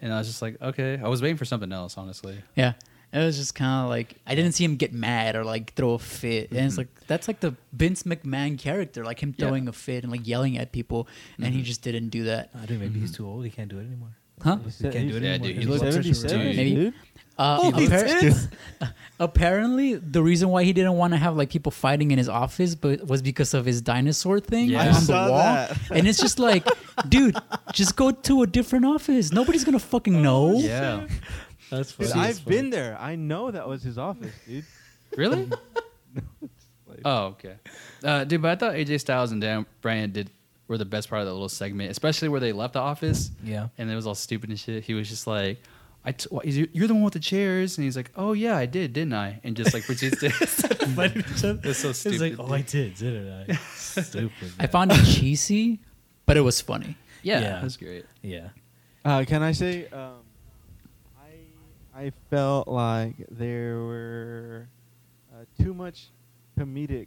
[SPEAKER 2] and I was just like, okay. I was waiting for something else, honestly.
[SPEAKER 5] Yeah. It was just kind of like, I didn't see him get mad or like throw a fit. And it's like, that's like the Vince McMahon character, like him
[SPEAKER 2] Mm-hmm. Yeah. Mm-hmm.
[SPEAKER 5] throwing a fit and like yelling at people. And he just didn't do that.
[SPEAKER 6] I don't know. Maybe he's too old. He can't do it anymore.
[SPEAKER 5] Huh?
[SPEAKER 4] He
[SPEAKER 6] He
[SPEAKER 4] said-
[SPEAKER 6] can't do it
[SPEAKER 2] Yeah,
[SPEAKER 6] anymore.
[SPEAKER 2] dude, he
[SPEAKER 6] His
[SPEAKER 2] looks
[SPEAKER 6] blood pressure's
[SPEAKER 4] 77,
[SPEAKER 6] raised.
[SPEAKER 5] Maybe.
[SPEAKER 4] dude.
[SPEAKER 5] Uh,
[SPEAKER 4] Oh,
[SPEAKER 2] Oh,
[SPEAKER 5] appar- apparently, the reason why he didn't want to have like people fighting in his office, but was because of his dinosaur thing
[SPEAKER 2] Yeah. I
[SPEAKER 5] on the
[SPEAKER 4] saw
[SPEAKER 5] wall.
[SPEAKER 4] that.
[SPEAKER 5] And it's just like, dude, just go to a different office. Nobody's gonna fucking know.
[SPEAKER 2] Oh, Yeah.
[SPEAKER 6] That's
[SPEAKER 4] Dude,
[SPEAKER 6] funny.
[SPEAKER 4] I've been there. I know that was his office, dude.
[SPEAKER 6] *laughs*
[SPEAKER 2] really?
[SPEAKER 4] Like,
[SPEAKER 2] Oh, okay. Uh, dude, but I thought AJ Styles and Dan Bryan did were the best part of that little segment, especially where they left the office.
[SPEAKER 6] Yeah.
[SPEAKER 2] And it was all stupid and shit. He was just like. I t- why- he's- you're the one with the chairs, and he's like, "Oh yeah, I did, didn't I?" And just like proceeds
[SPEAKER 6] *laughs*
[SPEAKER 2] to *laughs*
[SPEAKER 6] That's
[SPEAKER 2] so
[SPEAKER 6] It's like,
[SPEAKER 2] stupid,
[SPEAKER 6] oh, I did, *laughs* didn't I? stupid.
[SPEAKER 5] I found it cheesy, but it was funny.
[SPEAKER 2] yeah,
[SPEAKER 6] Yeah.
[SPEAKER 2] that's great.
[SPEAKER 6] Yeah.
[SPEAKER 4] Uh, can I say, um, I I felt like there were uh, too much comedic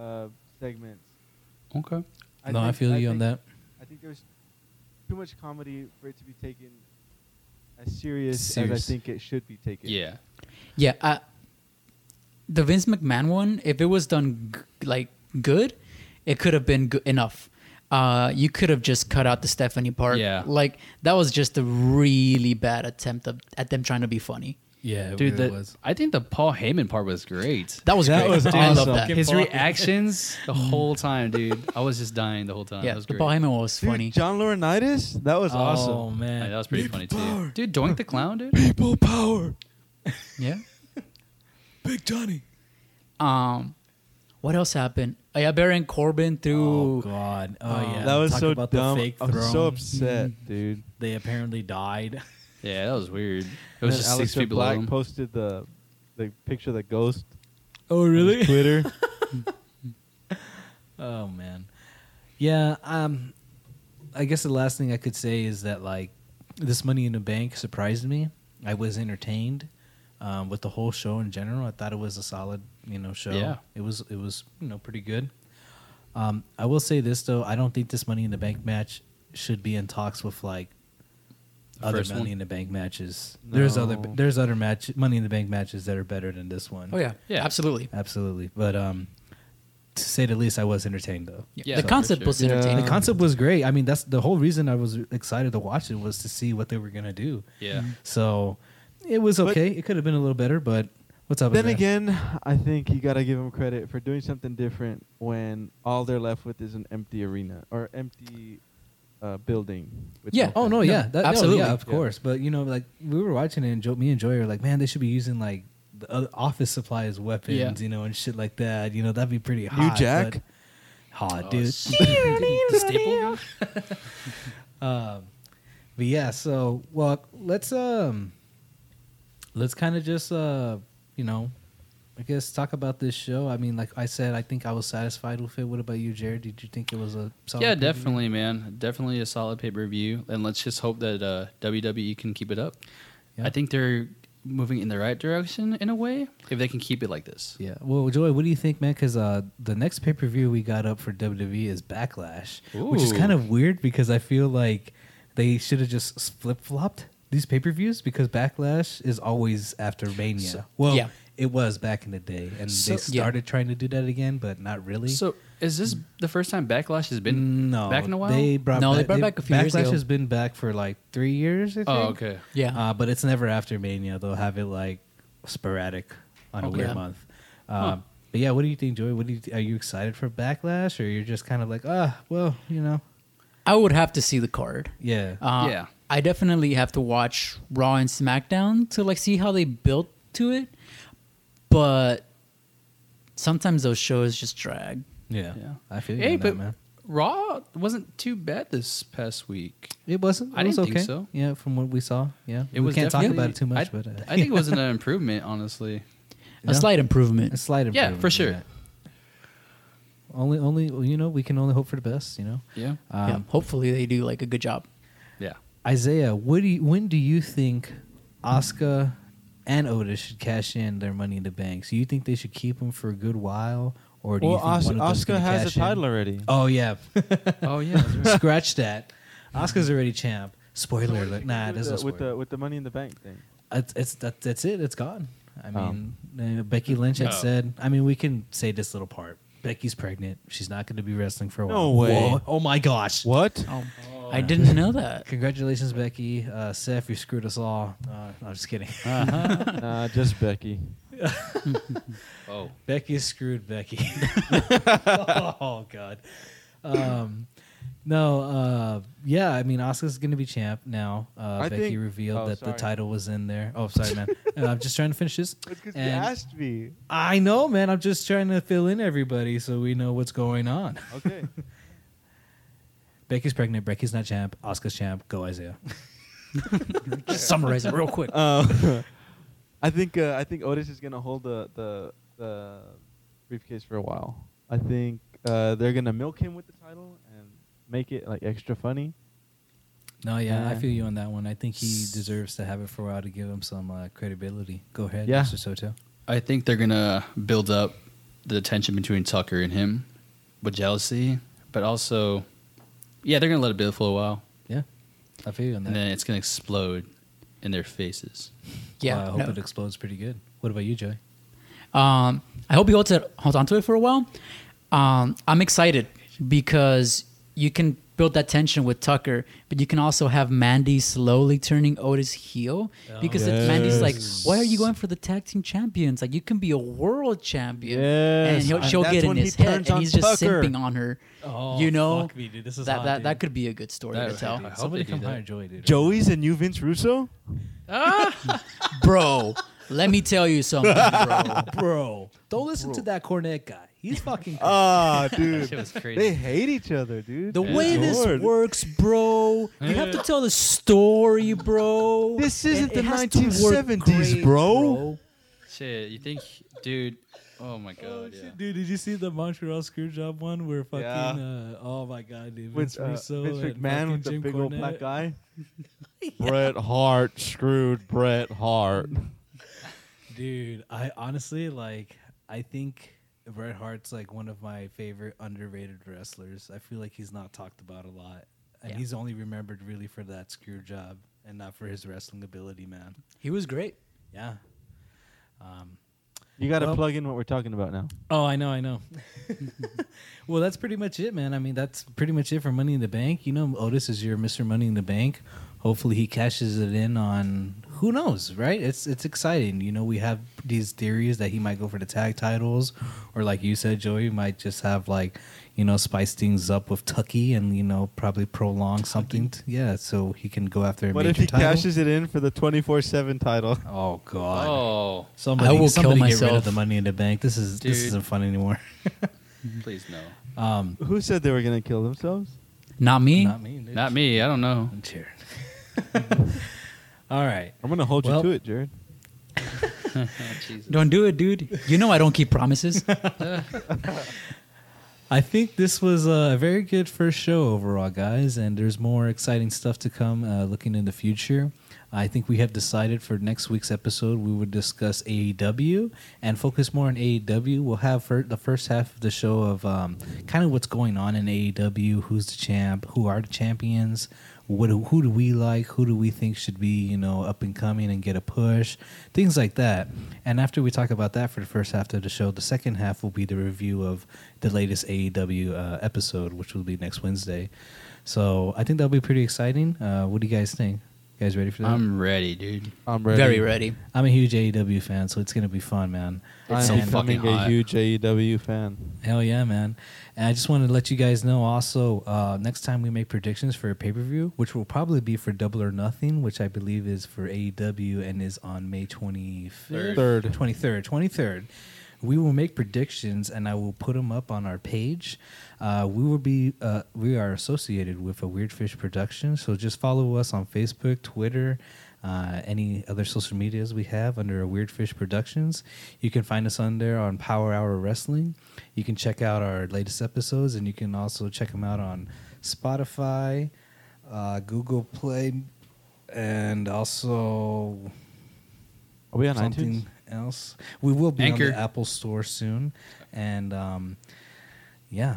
[SPEAKER 4] uh, segments.
[SPEAKER 2] Okay,
[SPEAKER 6] no, I
[SPEAKER 4] think-
[SPEAKER 6] feel you on
[SPEAKER 4] think-
[SPEAKER 6] that.
[SPEAKER 4] I think there was too much comedy for it to be taken as serious, as
[SPEAKER 6] Serious.
[SPEAKER 4] I think it should be taken.
[SPEAKER 2] yeah,
[SPEAKER 5] uh, Yeah, I, the Vince McMahon one, if it was done g- like good, it could have been good enough. Uh, you could have just cut out the Stephanie part.
[SPEAKER 6] Yeah.
[SPEAKER 5] Like that was just a really bad attempt of, at them trying to be funny.
[SPEAKER 6] Yeah,
[SPEAKER 2] Dude,
[SPEAKER 6] that
[SPEAKER 2] the, I think the Paul Heyman part was great.
[SPEAKER 5] That was
[SPEAKER 6] That
[SPEAKER 5] great.
[SPEAKER 6] was
[SPEAKER 5] I love
[SPEAKER 6] awesome.
[SPEAKER 5] that.
[SPEAKER 6] Fucking
[SPEAKER 2] His
[SPEAKER 6] Paul-
[SPEAKER 2] *laughs* reactions the whole time, dude. I was just dying the whole time. that
[SPEAKER 5] yeah,
[SPEAKER 2] was
[SPEAKER 5] the
[SPEAKER 2] great.
[SPEAKER 5] Paul Heyman one was
[SPEAKER 4] Dude,
[SPEAKER 5] funny.
[SPEAKER 4] John Laurinaitis? That was
[SPEAKER 6] Oh
[SPEAKER 4] awesome.
[SPEAKER 6] man,
[SPEAKER 2] Yeah, that was pretty funny too.
[SPEAKER 4] power.
[SPEAKER 2] Dude, Doink the Clown, dude.
[SPEAKER 4] People power.
[SPEAKER 5] yeah.
[SPEAKER 4] Big Johnny.
[SPEAKER 5] Um, what else happened? Oh, yeah, Baron Corbin
[SPEAKER 6] Oh
[SPEAKER 5] through.
[SPEAKER 6] god. Oh
[SPEAKER 5] Um,
[SPEAKER 6] yeah.
[SPEAKER 4] That was
[SPEAKER 6] Talk
[SPEAKER 4] so
[SPEAKER 6] about
[SPEAKER 4] dumb.
[SPEAKER 6] The fake
[SPEAKER 4] I'm
[SPEAKER 6] throne.
[SPEAKER 4] so
[SPEAKER 6] *laughs*
[SPEAKER 4] upset, dude.
[SPEAKER 6] They apparently died.
[SPEAKER 2] Yeah, that was weird. It was
[SPEAKER 4] And
[SPEAKER 2] just
[SPEAKER 4] Alistair
[SPEAKER 2] six feet below
[SPEAKER 4] Black
[SPEAKER 2] him.
[SPEAKER 4] posted the the picture of the ghost
[SPEAKER 6] Oh
[SPEAKER 4] on
[SPEAKER 6] *laughs*
[SPEAKER 4] Twitter.
[SPEAKER 6] oh man. Yeah. Um, I guess the last thing I could say is that like this Money in the Bank surprised me. I was entertained um, with the whole show in general. I thought it was a solid, you know, show.
[SPEAKER 2] Yeah.
[SPEAKER 6] It was. It was you know pretty good. Um, I will say this though. I don't think this Money in the Bank match should be in talks with like
[SPEAKER 2] The
[SPEAKER 6] other
[SPEAKER 2] first
[SPEAKER 6] Money
[SPEAKER 2] one?
[SPEAKER 6] in the Bank matches. There's other.
[SPEAKER 4] No.
[SPEAKER 6] There's other match Money in the Bank matches that are better than this one.
[SPEAKER 5] Oh yeah,
[SPEAKER 2] Yeah.
[SPEAKER 5] absolutely.
[SPEAKER 6] Absolutely. But um to say the least, I was entertained though.
[SPEAKER 2] Yeah,
[SPEAKER 5] the
[SPEAKER 2] for
[SPEAKER 5] concept
[SPEAKER 2] sure.
[SPEAKER 5] was
[SPEAKER 4] Yeah.
[SPEAKER 5] entertaining.
[SPEAKER 6] The concept was great. I mean, that's the whole reason I was excited to watch it was to see what they were gonna do.
[SPEAKER 2] Yeah.
[SPEAKER 6] So it was
[SPEAKER 4] But-
[SPEAKER 6] okay. it could have been a little better, but what's up?
[SPEAKER 4] then again, I think you gotta give them credit for doing something different when all they're left with is an empty arena or empty uh, building. with
[SPEAKER 5] Yeah.
[SPEAKER 6] Oh no,
[SPEAKER 5] No,
[SPEAKER 6] yeah, that, absolutely,
[SPEAKER 5] absolutely.
[SPEAKER 6] yeah, of
[SPEAKER 4] Yeah.
[SPEAKER 6] course. But you know, like we were watching it, and Joe, me and Joy were like, man, they should be using like the other office supplies, weapons,
[SPEAKER 5] Yeah.
[SPEAKER 6] you know, and shit like that. You know, that'd be pretty hot.
[SPEAKER 4] New
[SPEAKER 6] *laughs*
[SPEAKER 4] Jack.
[SPEAKER 6] but- Hot,
[SPEAKER 2] Oh,
[SPEAKER 6] dude.
[SPEAKER 2] s-
[SPEAKER 6] *laughs*
[SPEAKER 2] the staple.
[SPEAKER 6] Um, but yeah, so well, let's um, let's kind of just uh, you know, I guess talk about this show. I mean, like I said, I think I was satisfied with it. What about you, Jared? Did you think it was a solid
[SPEAKER 2] Yeah,
[SPEAKER 6] preview?
[SPEAKER 2] definitely, man. Definitely a solid pay per view, and let's just hope that uh, WWE can keep it up.
[SPEAKER 6] Yeah.
[SPEAKER 2] I think they're moving in the right direction in a way if they can keep it like this.
[SPEAKER 6] Yeah. Well, Joy, what do you think, man? Because uh, the next pay per view we got up for WWE is Backlash, which is
[SPEAKER 2] Ooh.
[SPEAKER 6] kind of weird because I feel like they should have just flip flopped these pay per views because Backlash is always after Mania.
[SPEAKER 2] So-
[SPEAKER 6] well,
[SPEAKER 5] Yeah.
[SPEAKER 6] it was back in the day, and
[SPEAKER 2] So-
[SPEAKER 6] they started trying to do that again, but not really.
[SPEAKER 2] So, is this the first time Backlash has been
[SPEAKER 6] no,
[SPEAKER 2] back in a while?
[SPEAKER 6] They brought
[SPEAKER 5] No,
[SPEAKER 6] back,
[SPEAKER 5] they brought back a few
[SPEAKER 6] Backlash
[SPEAKER 5] years ago.
[SPEAKER 6] has been back for like three years. I think.
[SPEAKER 2] oh, okay.
[SPEAKER 5] yeah,
[SPEAKER 6] Uh, but it's never after Mania. They'll have it like sporadic on a
[SPEAKER 2] Okay.
[SPEAKER 6] weird
[SPEAKER 5] Yeah.
[SPEAKER 6] month. Um, But yeah, what do you think, Joey? What do you th- are you excited for Backlash, or you're just kind of like, ah, well, you know,
[SPEAKER 5] I would have to see the card.
[SPEAKER 6] yeah,
[SPEAKER 5] Uh,
[SPEAKER 2] Yeah.
[SPEAKER 5] I definitely have to watch Raw and SmackDown to like see how they built to it, but sometimes those shows just drag.
[SPEAKER 6] yeah,
[SPEAKER 2] yeah.
[SPEAKER 6] I feel you,
[SPEAKER 2] Hey,
[SPEAKER 6] on that,
[SPEAKER 2] but-
[SPEAKER 6] man.
[SPEAKER 2] Raw wasn't too bad this past week.
[SPEAKER 6] It wasn't. It
[SPEAKER 2] I
[SPEAKER 6] was
[SPEAKER 2] didn't think
[SPEAKER 6] okay.
[SPEAKER 2] so.
[SPEAKER 6] Yeah, from what we saw. Yeah,
[SPEAKER 2] It
[SPEAKER 6] we
[SPEAKER 2] was
[SPEAKER 6] can't talk
[SPEAKER 2] definitely-
[SPEAKER 6] about it too much,
[SPEAKER 2] I,
[SPEAKER 6] but uh,
[SPEAKER 2] I
[SPEAKER 6] *laughs*
[SPEAKER 2] think it was an improvement, honestly.
[SPEAKER 6] Yeah.
[SPEAKER 5] A slight improvement.
[SPEAKER 6] a slight
[SPEAKER 2] Yeah,
[SPEAKER 6] improvement.
[SPEAKER 2] for sure.
[SPEAKER 6] Only, only you know, we can only hope for the best. You know,
[SPEAKER 2] Yeah.
[SPEAKER 6] um,
[SPEAKER 5] yeah, hopefully they do like a good job.
[SPEAKER 2] Yeah.
[SPEAKER 6] Isaiah, what do you, when do you think Oscar and Otis should cash in their money in the bank? So you think they should keep them for a good while, or do
[SPEAKER 4] Well,
[SPEAKER 6] you think one of them's
[SPEAKER 4] Oscar
[SPEAKER 6] gonna
[SPEAKER 4] has
[SPEAKER 6] cash
[SPEAKER 4] a title
[SPEAKER 6] In?
[SPEAKER 4] already. *laughs*
[SPEAKER 6] Oh yeah,
[SPEAKER 2] Oh yeah. that's right.
[SPEAKER 6] scratch that. Oscar's already champ. Spoiler alert. Nah,
[SPEAKER 4] with,
[SPEAKER 6] there's no
[SPEAKER 4] the, with
[SPEAKER 6] spoiler.
[SPEAKER 4] the with the Money in the Bank thing.
[SPEAKER 6] It's, it's that, that's it. It's gone. I
[SPEAKER 4] Oh.
[SPEAKER 6] mean, uh, Becky Lynch had
[SPEAKER 2] Oh.
[SPEAKER 6] said. I mean, we can say this little part. Becky's pregnant. She's not going to be wrestling for a
[SPEAKER 4] No
[SPEAKER 6] while.
[SPEAKER 4] way.
[SPEAKER 6] Whoa. Oh my gosh.
[SPEAKER 4] What?
[SPEAKER 5] Oh, I didn't know
[SPEAKER 6] *laughs*
[SPEAKER 5] that.
[SPEAKER 6] Congratulations, Becky. Uh, Seth, you screwed us all. Uh, I'm just kidding.
[SPEAKER 4] nah, just Becky.
[SPEAKER 2] Oh.
[SPEAKER 6] *laughs* Becky screwed
[SPEAKER 4] *laughs*
[SPEAKER 6] Becky. oh God. Um, no. Uh, yeah. I mean, Oscar's gonna be champ now. Uh,
[SPEAKER 4] I
[SPEAKER 6] Becky
[SPEAKER 4] think-
[SPEAKER 6] revealed
[SPEAKER 4] oh,
[SPEAKER 6] that
[SPEAKER 4] sorry.
[SPEAKER 6] the title was in there. Oh,
[SPEAKER 4] *laughs*
[SPEAKER 6] sorry, man. Uh, I'm just trying to finish this.
[SPEAKER 4] It's because you
[SPEAKER 6] And-
[SPEAKER 4] asked me.
[SPEAKER 6] I know, man. I'm just trying to fill in everybody so we know what's going on.
[SPEAKER 4] Okay.
[SPEAKER 6] Becky's pregnant. Becky's not champ. Oscar's champ.
[SPEAKER 4] *laughs*
[SPEAKER 6] Go Isaiah.
[SPEAKER 5] Just summarize it real quick.
[SPEAKER 4] um, *laughs* I think uh, I think Otis is gonna hold the, the the briefcase for a while. I think uh, they're gonna milk him with the title and make it like extra funny.
[SPEAKER 6] No, yeah, I
[SPEAKER 4] Yeah.
[SPEAKER 6] feel you on that one. I think he deserves to have it for a while to give him some uh, credibility. Go ahead,
[SPEAKER 4] Yeah.
[SPEAKER 6] Mr. Soto.
[SPEAKER 2] I think they're gonna build up the tension between Tucker and him with jealousy, but also, yeah, they're gonna let it build for a while,
[SPEAKER 6] I feel you on that.
[SPEAKER 2] and then it's gonna explode in their faces.
[SPEAKER 5] Yeah,
[SPEAKER 6] Well, I hope
[SPEAKER 5] no.
[SPEAKER 6] it explodes pretty good. What about you, Joey?
[SPEAKER 5] Um, I hope he holds, it, holds on to it for a while. Um, I'm excited because you can build that tension with Tucker, but you can also have Mandy slowly turning Otis heel
[SPEAKER 4] Oh.
[SPEAKER 5] because if Mandy's like, "Why are you going for the tag team champions? Like, you can be a world champion." and
[SPEAKER 4] Yes,
[SPEAKER 5] he'll,
[SPEAKER 4] and
[SPEAKER 5] she'll
[SPEAKER 4] that's
[SPEAKER 5] get in
[SPEAKER 4] when he
[SPEAKER 5] his head,
[SPEAKER 4] turns
[SPEAKER 5] and
[SPEAKER 4] on
[SPEAKER 5] he's just
[SPEAKER 4] Tucker.
[SPEAKER 5] simping on her.
[SPEAKER 6] Oh,
[SPEAKER 5] you know,
[SPEAKER 6] fuck me, dude. This is
[SPEAKER 5] that
[SPEAKER 6] hot,
[SPEAKER 5] that,
[SPEAKER 6] dude.
[SPEAKER 5] that could be a good story
[SPEAKER 2] That
[SPEAKER 5] to
[SPEAKER 2] would
[SPEAKER 5] tell,
[SPEAKER 2] be-
[SPEAKER 6] Somebody
[SPEAKER 2] Somebody
[SPEAKER 6] come
[SPEAKER 2] do
[SPEAKER 6] hire
[SPEAKER 2] that.
[SPEAKER 6] Joey, dude.
[SPEAKER 4] Joey's a new Vince Russo.
[SPEAKER 5] bro. Let me tell
[SPEAKER 4] *laughs*
[SPEAKER 5] you something, bro.
[SPEAKER 6] bro. Oh, Don't listen to that cornet guy. *laughs* He's fucking. crazy.
[SPEAKER 4] *laughs* Ah,
[SPEAKER 2] That shit
[SPEAKER 4] dude.
[SPEAKER 2] was
[SPEAKER 6] *laughs*
[SPEAKER 2] crazy.
[SPEAKER 4] They hate each other, dude.
[SPEAKER 6] the
[SPEAKER 4] Good
[SPEAKER 6] way this
[SPEAKER 4] lord.
[SPEAKER 6] works, bro. You have to tell the story, bro.
[SPEAKER 4] This isn't
[SPEAKER 6] It-
[SPEAKER 4] the
[SPEAKER 6] it has to work
[SPEAKER 4] 1970s,
[SPEAKER 6] great,
[SPEAKER 4] bro.
[SPEAKER 2] Shit, you think, dude? Oh my god,
[SPEAKER 6] Oh,
[SPEAKER 2] yeah.
[SPEAKER 6] shit, dude, did you see the Montreal Screwjob one where fucking?
[SPEAKER 4] Yeah.
[SPEAKER 6] Uh, oh my god, dude,
[SPEAKER 4] With
[SPEAKER 6] Vince
[SPEAKER 4] uh, Vince
[SPEAKER 6] Russo and
[SPEAKER 4] McMahon
[SPEAKER 6] fucking
[SPEAKER 4] with the
[SPEAKER 6] Jim
[SPEAKER 4] big old black
[SPEAKER 6] Cornette. *laughs*
[SPEAKER 4] guy. Bret Hart screwed Bret
[SPEAKER 6] *laughs*
[SPEAKER 4] Hart.
[SPEAKER 6] Dude, I honestly like. I think Bret Hart's like one of my favorite underrated wrestlers. I feel like he's not talked about a lot, and
[SPEAKER 5] Yeah.
[SPEAKER 6] he's only remembered really for that screw job and not for his wrestling ability, man.
[SPEAKER 5] He was great.
[SPEAKER 6] Yeah. Um,
[SPEAKER 4] You got to
[SPEAKER 6] Well-
[SPEAKER 4] plug in what we're talking about now.
[SPEAKER 6] oh, I know, I know. *laughs* well, that's pretty much it, man. I mean, that's pretty much it for Money in the Bank. You know, Otis is your Mister Money in the Bank. Hopefully, he cashes it in on who knows, right? It's it's exciting. You know, we have these theories that he might go for the tag titles, or like you said, Joey might just have like you know spice things up with Tucky and you know probably prolong something. t- yeah, so he can go after. A
[SPEAKER 4] What
[SPEAKER 6] major
[SPEAKER 4] if he
[SPEAKER 6] title.
[SPEAKER 4] cashes it in for the 24 7 title?
[SPEAKER 6] Oh God. *laughs*
[SPEAKER 2] Oh,
[SPEAKER 6] Somebody,
[SPEAKER 5] I will kill
[SPEAKER 6] somebody get rid
[SPEAKER 5] myself.
[SPEAKER 6] of the money in the bank. This is this
[SPEAKER 2] Dude.
[SPEAKER 6] isn't fun anymore.
[SPEAKER 2] please no.
[SPEAKER 6] Um,
[SPEAKER 4] Who said they were going to kill themselves?
[SPEAKER 5] Not me.
[SPEAKER 6] not me. dude.
[SPEAKER 2] Not me. I don't know.
[SPEAKER 6] I'm cheering. *laughs* All right.
[SPEAKER 4] I'm going to hold
[SPEAKER 6] Well-
[SPEAKER 4] you to it, Jared.
[SPEAKER 2] Oh, Jesus.
[SPEAKER 5] Don't do it, dude. You know I don't keep
[SPEAKER 6] *laughs*
[SPEAKER 5] promises.
[SPEAKER 6] I think this was a very good first show overall, guys, and there's more exciting stuff to come uh, looking in the future. I think we have decided for next week's episode we would discuss AEW and focus more on AEW. We'll have for the first half of the show of um, kind of what's going on in AEW, who's the champ, who are the champions, what do- who do we like, who do we think should be you know up and coming and get a push, things like that. And after we talk about that for the first half of the show, the second half will be the review of the latest AEW uh, episode, which will be next Wednesday. So I think that'll be pretty exciting. Uh, what do you guys think? You guys ready for that?
[SPEAKER 2] I'm ready, dude.
[SPEAKER 4] I'm ready.
[SPEAKER 5] Very ready.
[SPEAKER 6] I'm a huge AEW fan, so it's gonna be fun, man.
[SPEAKER 4] I'm
[SPEAKER 6] And-
[SPEAKER 4] becoming
[SPEAKER 2] fucking
[SPEAKER 4] a
[SPEAKER 2] hot.
[SPEAKER 4] huge AEW fan.
[SPEAKER 6] Hell yeah, man. And I just wanted to let you guys know also, uh, next time we make predictions for a pay per view, which will probably be for Double or Nothing, which I believe is for AEW and is on May 25th.
[SPEAKER 4] Third.
[SPEAKER 6] 23rd. 23rd. We will make predictions and I will put them up on our page. Uh, we will be uh, we are associated with a Weird Fish production, so just follow us on Facebook, Twitter, uh, any other social medias we have under Weird Fish Productions. You can find us on there on Power Hour Wrestling. You can check out our latest episodes, and you can also check them out on Spotify, uh, Google Play, and also
[SPEAKER 4] Are we on
[SPEAKER 6] something
[SPEAKER 4] iTunes?
[SPEAKER 6] else. We will be
[SPEAKER 2] Anchor.
[SPEAKER 6] on the Apple Store soon, and um, yeah,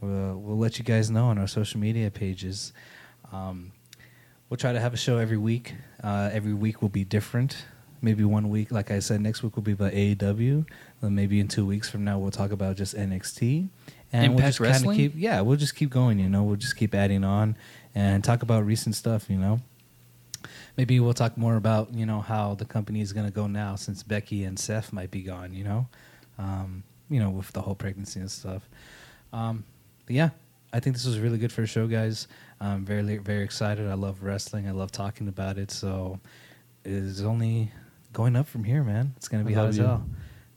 [SPEAKER 6] we'll, we'll let you guys know on our social media pages. Um, we'll try to have a show every week. Uh, every week will be different. Maybe one week, like I said, next week will be about AEW. Then maybe in two weeks from now, we'll talk about just NXT. And we'll
[SPEAKER 2] Impact
[SPEAKER 6] just kinda
[SPEAKER 2] Wrestling?
[SPEAKER 6] keep, yeah, we'll just keep going. You know, we'll just keep adding on and talk about recent stuff. You know, maybe we'll talk more about you know how the company is going to go now since Becky and Seth might be gone. You know, um, you know with the whole pregnancy and stuff. Um, but yeah, I think this was a really good first show, guys. I'm very very excited. I love wrestling. I love talking about it. So it's only going up from here, man. It's going to be
[SPEAKER 4] I
[SPEAKER 6] hot
[SPEAKER 4] love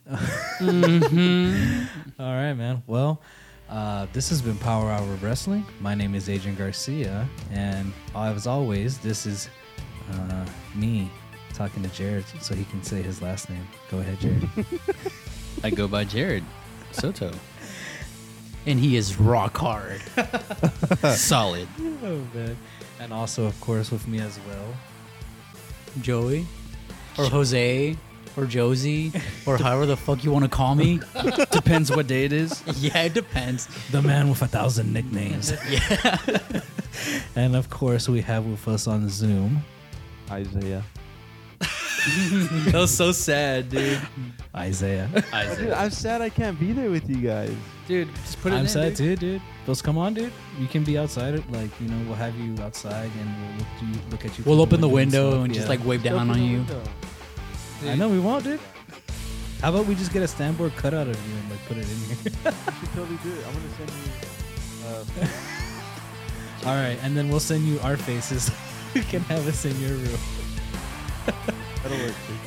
[SPEAKER 6] as
[SPEAKER 4] you. Mm-hmm.
[SPEAKER 6] hell. *laughs* All right, man. Well. Uh, this has been Power Hour Wrestling. My name is Adrian Garcia, and as always, this is uh, me talking to Jared so he can say his last name. Go ahead,
[SPEAKER 4] *laughs*
[SPEAKER 6] Jared.
[SPEAKER 2] I go by Jared Soto.
[SPEAKER 5] And he is rock
[SPEAKER 6] *laughs*
[SPEAKER 5] hard.
[SPEAKER 2] Solid.
[SPEAKER 6] oh, man. And also, of course, with me as well.
[SPEAKER 5] Joey. Or Jose. Or Josie. Or however the fuck you want to call
[SPEAKER 6] *laughs*
[SPEAKER 5] me.
[SPEAKER 2] Depends what day it is.
[SPEAKER 5] yeah, it depends.
[SPEAKER 6] The man with a thousand *laughs* nicknames.
[SPEAKER 5] Yeah.
[SPEAKER 6] and of course, we have with us on Zoom
[SPEAKER 4] Isaiah.
[SPEAKER 2] that was so sad, dude.
[SPEAKER 6] Isaiah.
[SPEAKER 4] Oh, Dude,
[SPEAKER 2] Isaac.
[SPEAKER 4] I'm sad I can't be there with you guys.
[SPEAKER 5] dude. Just put it
[SPEAKER 6] I'm
[SPEAKER 5] in,
[SPEAKER 6] sad
[SPEAKER 5] dude.
[SPEAKER 6] too, dude. Those come on, dude. You can be outside. Like you know, we'll have you outside and we'll look, you, look at you.
[SPEAKER 5] We'll
[SPEAKER 6] from
[SPEAKER 5] open the
[SPEAKER 6] and
[SPEAKER 5] window
[SPEAKER 6] stuff,
[SPEAKER 5] and just
[SPEAKER 6] yeah.
[SPEAKER 5] like wave down on you.
[SPEAKER 6] I know we won't, dude. How about we just get a standboard cut out of you and like put it in here?
[SPEAKER 4] You should totally do it. I'm gonna send you. Uh, *laughs*
[SPEAKER 6] All right, and then we'll send you our faces. *laughs* you can have us in your room.
[SPEAKER 4] that'll work. Too.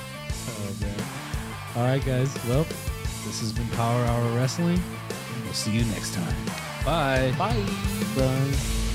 [SPEAKER 6] Oh man. All right, guys. Well, this has been Power Hour Wrestling. and We'll see you next time.
[SPEAKER 2] Bye.
[SPEAKER 5] Bye.
[SPEAKER 6] Bye.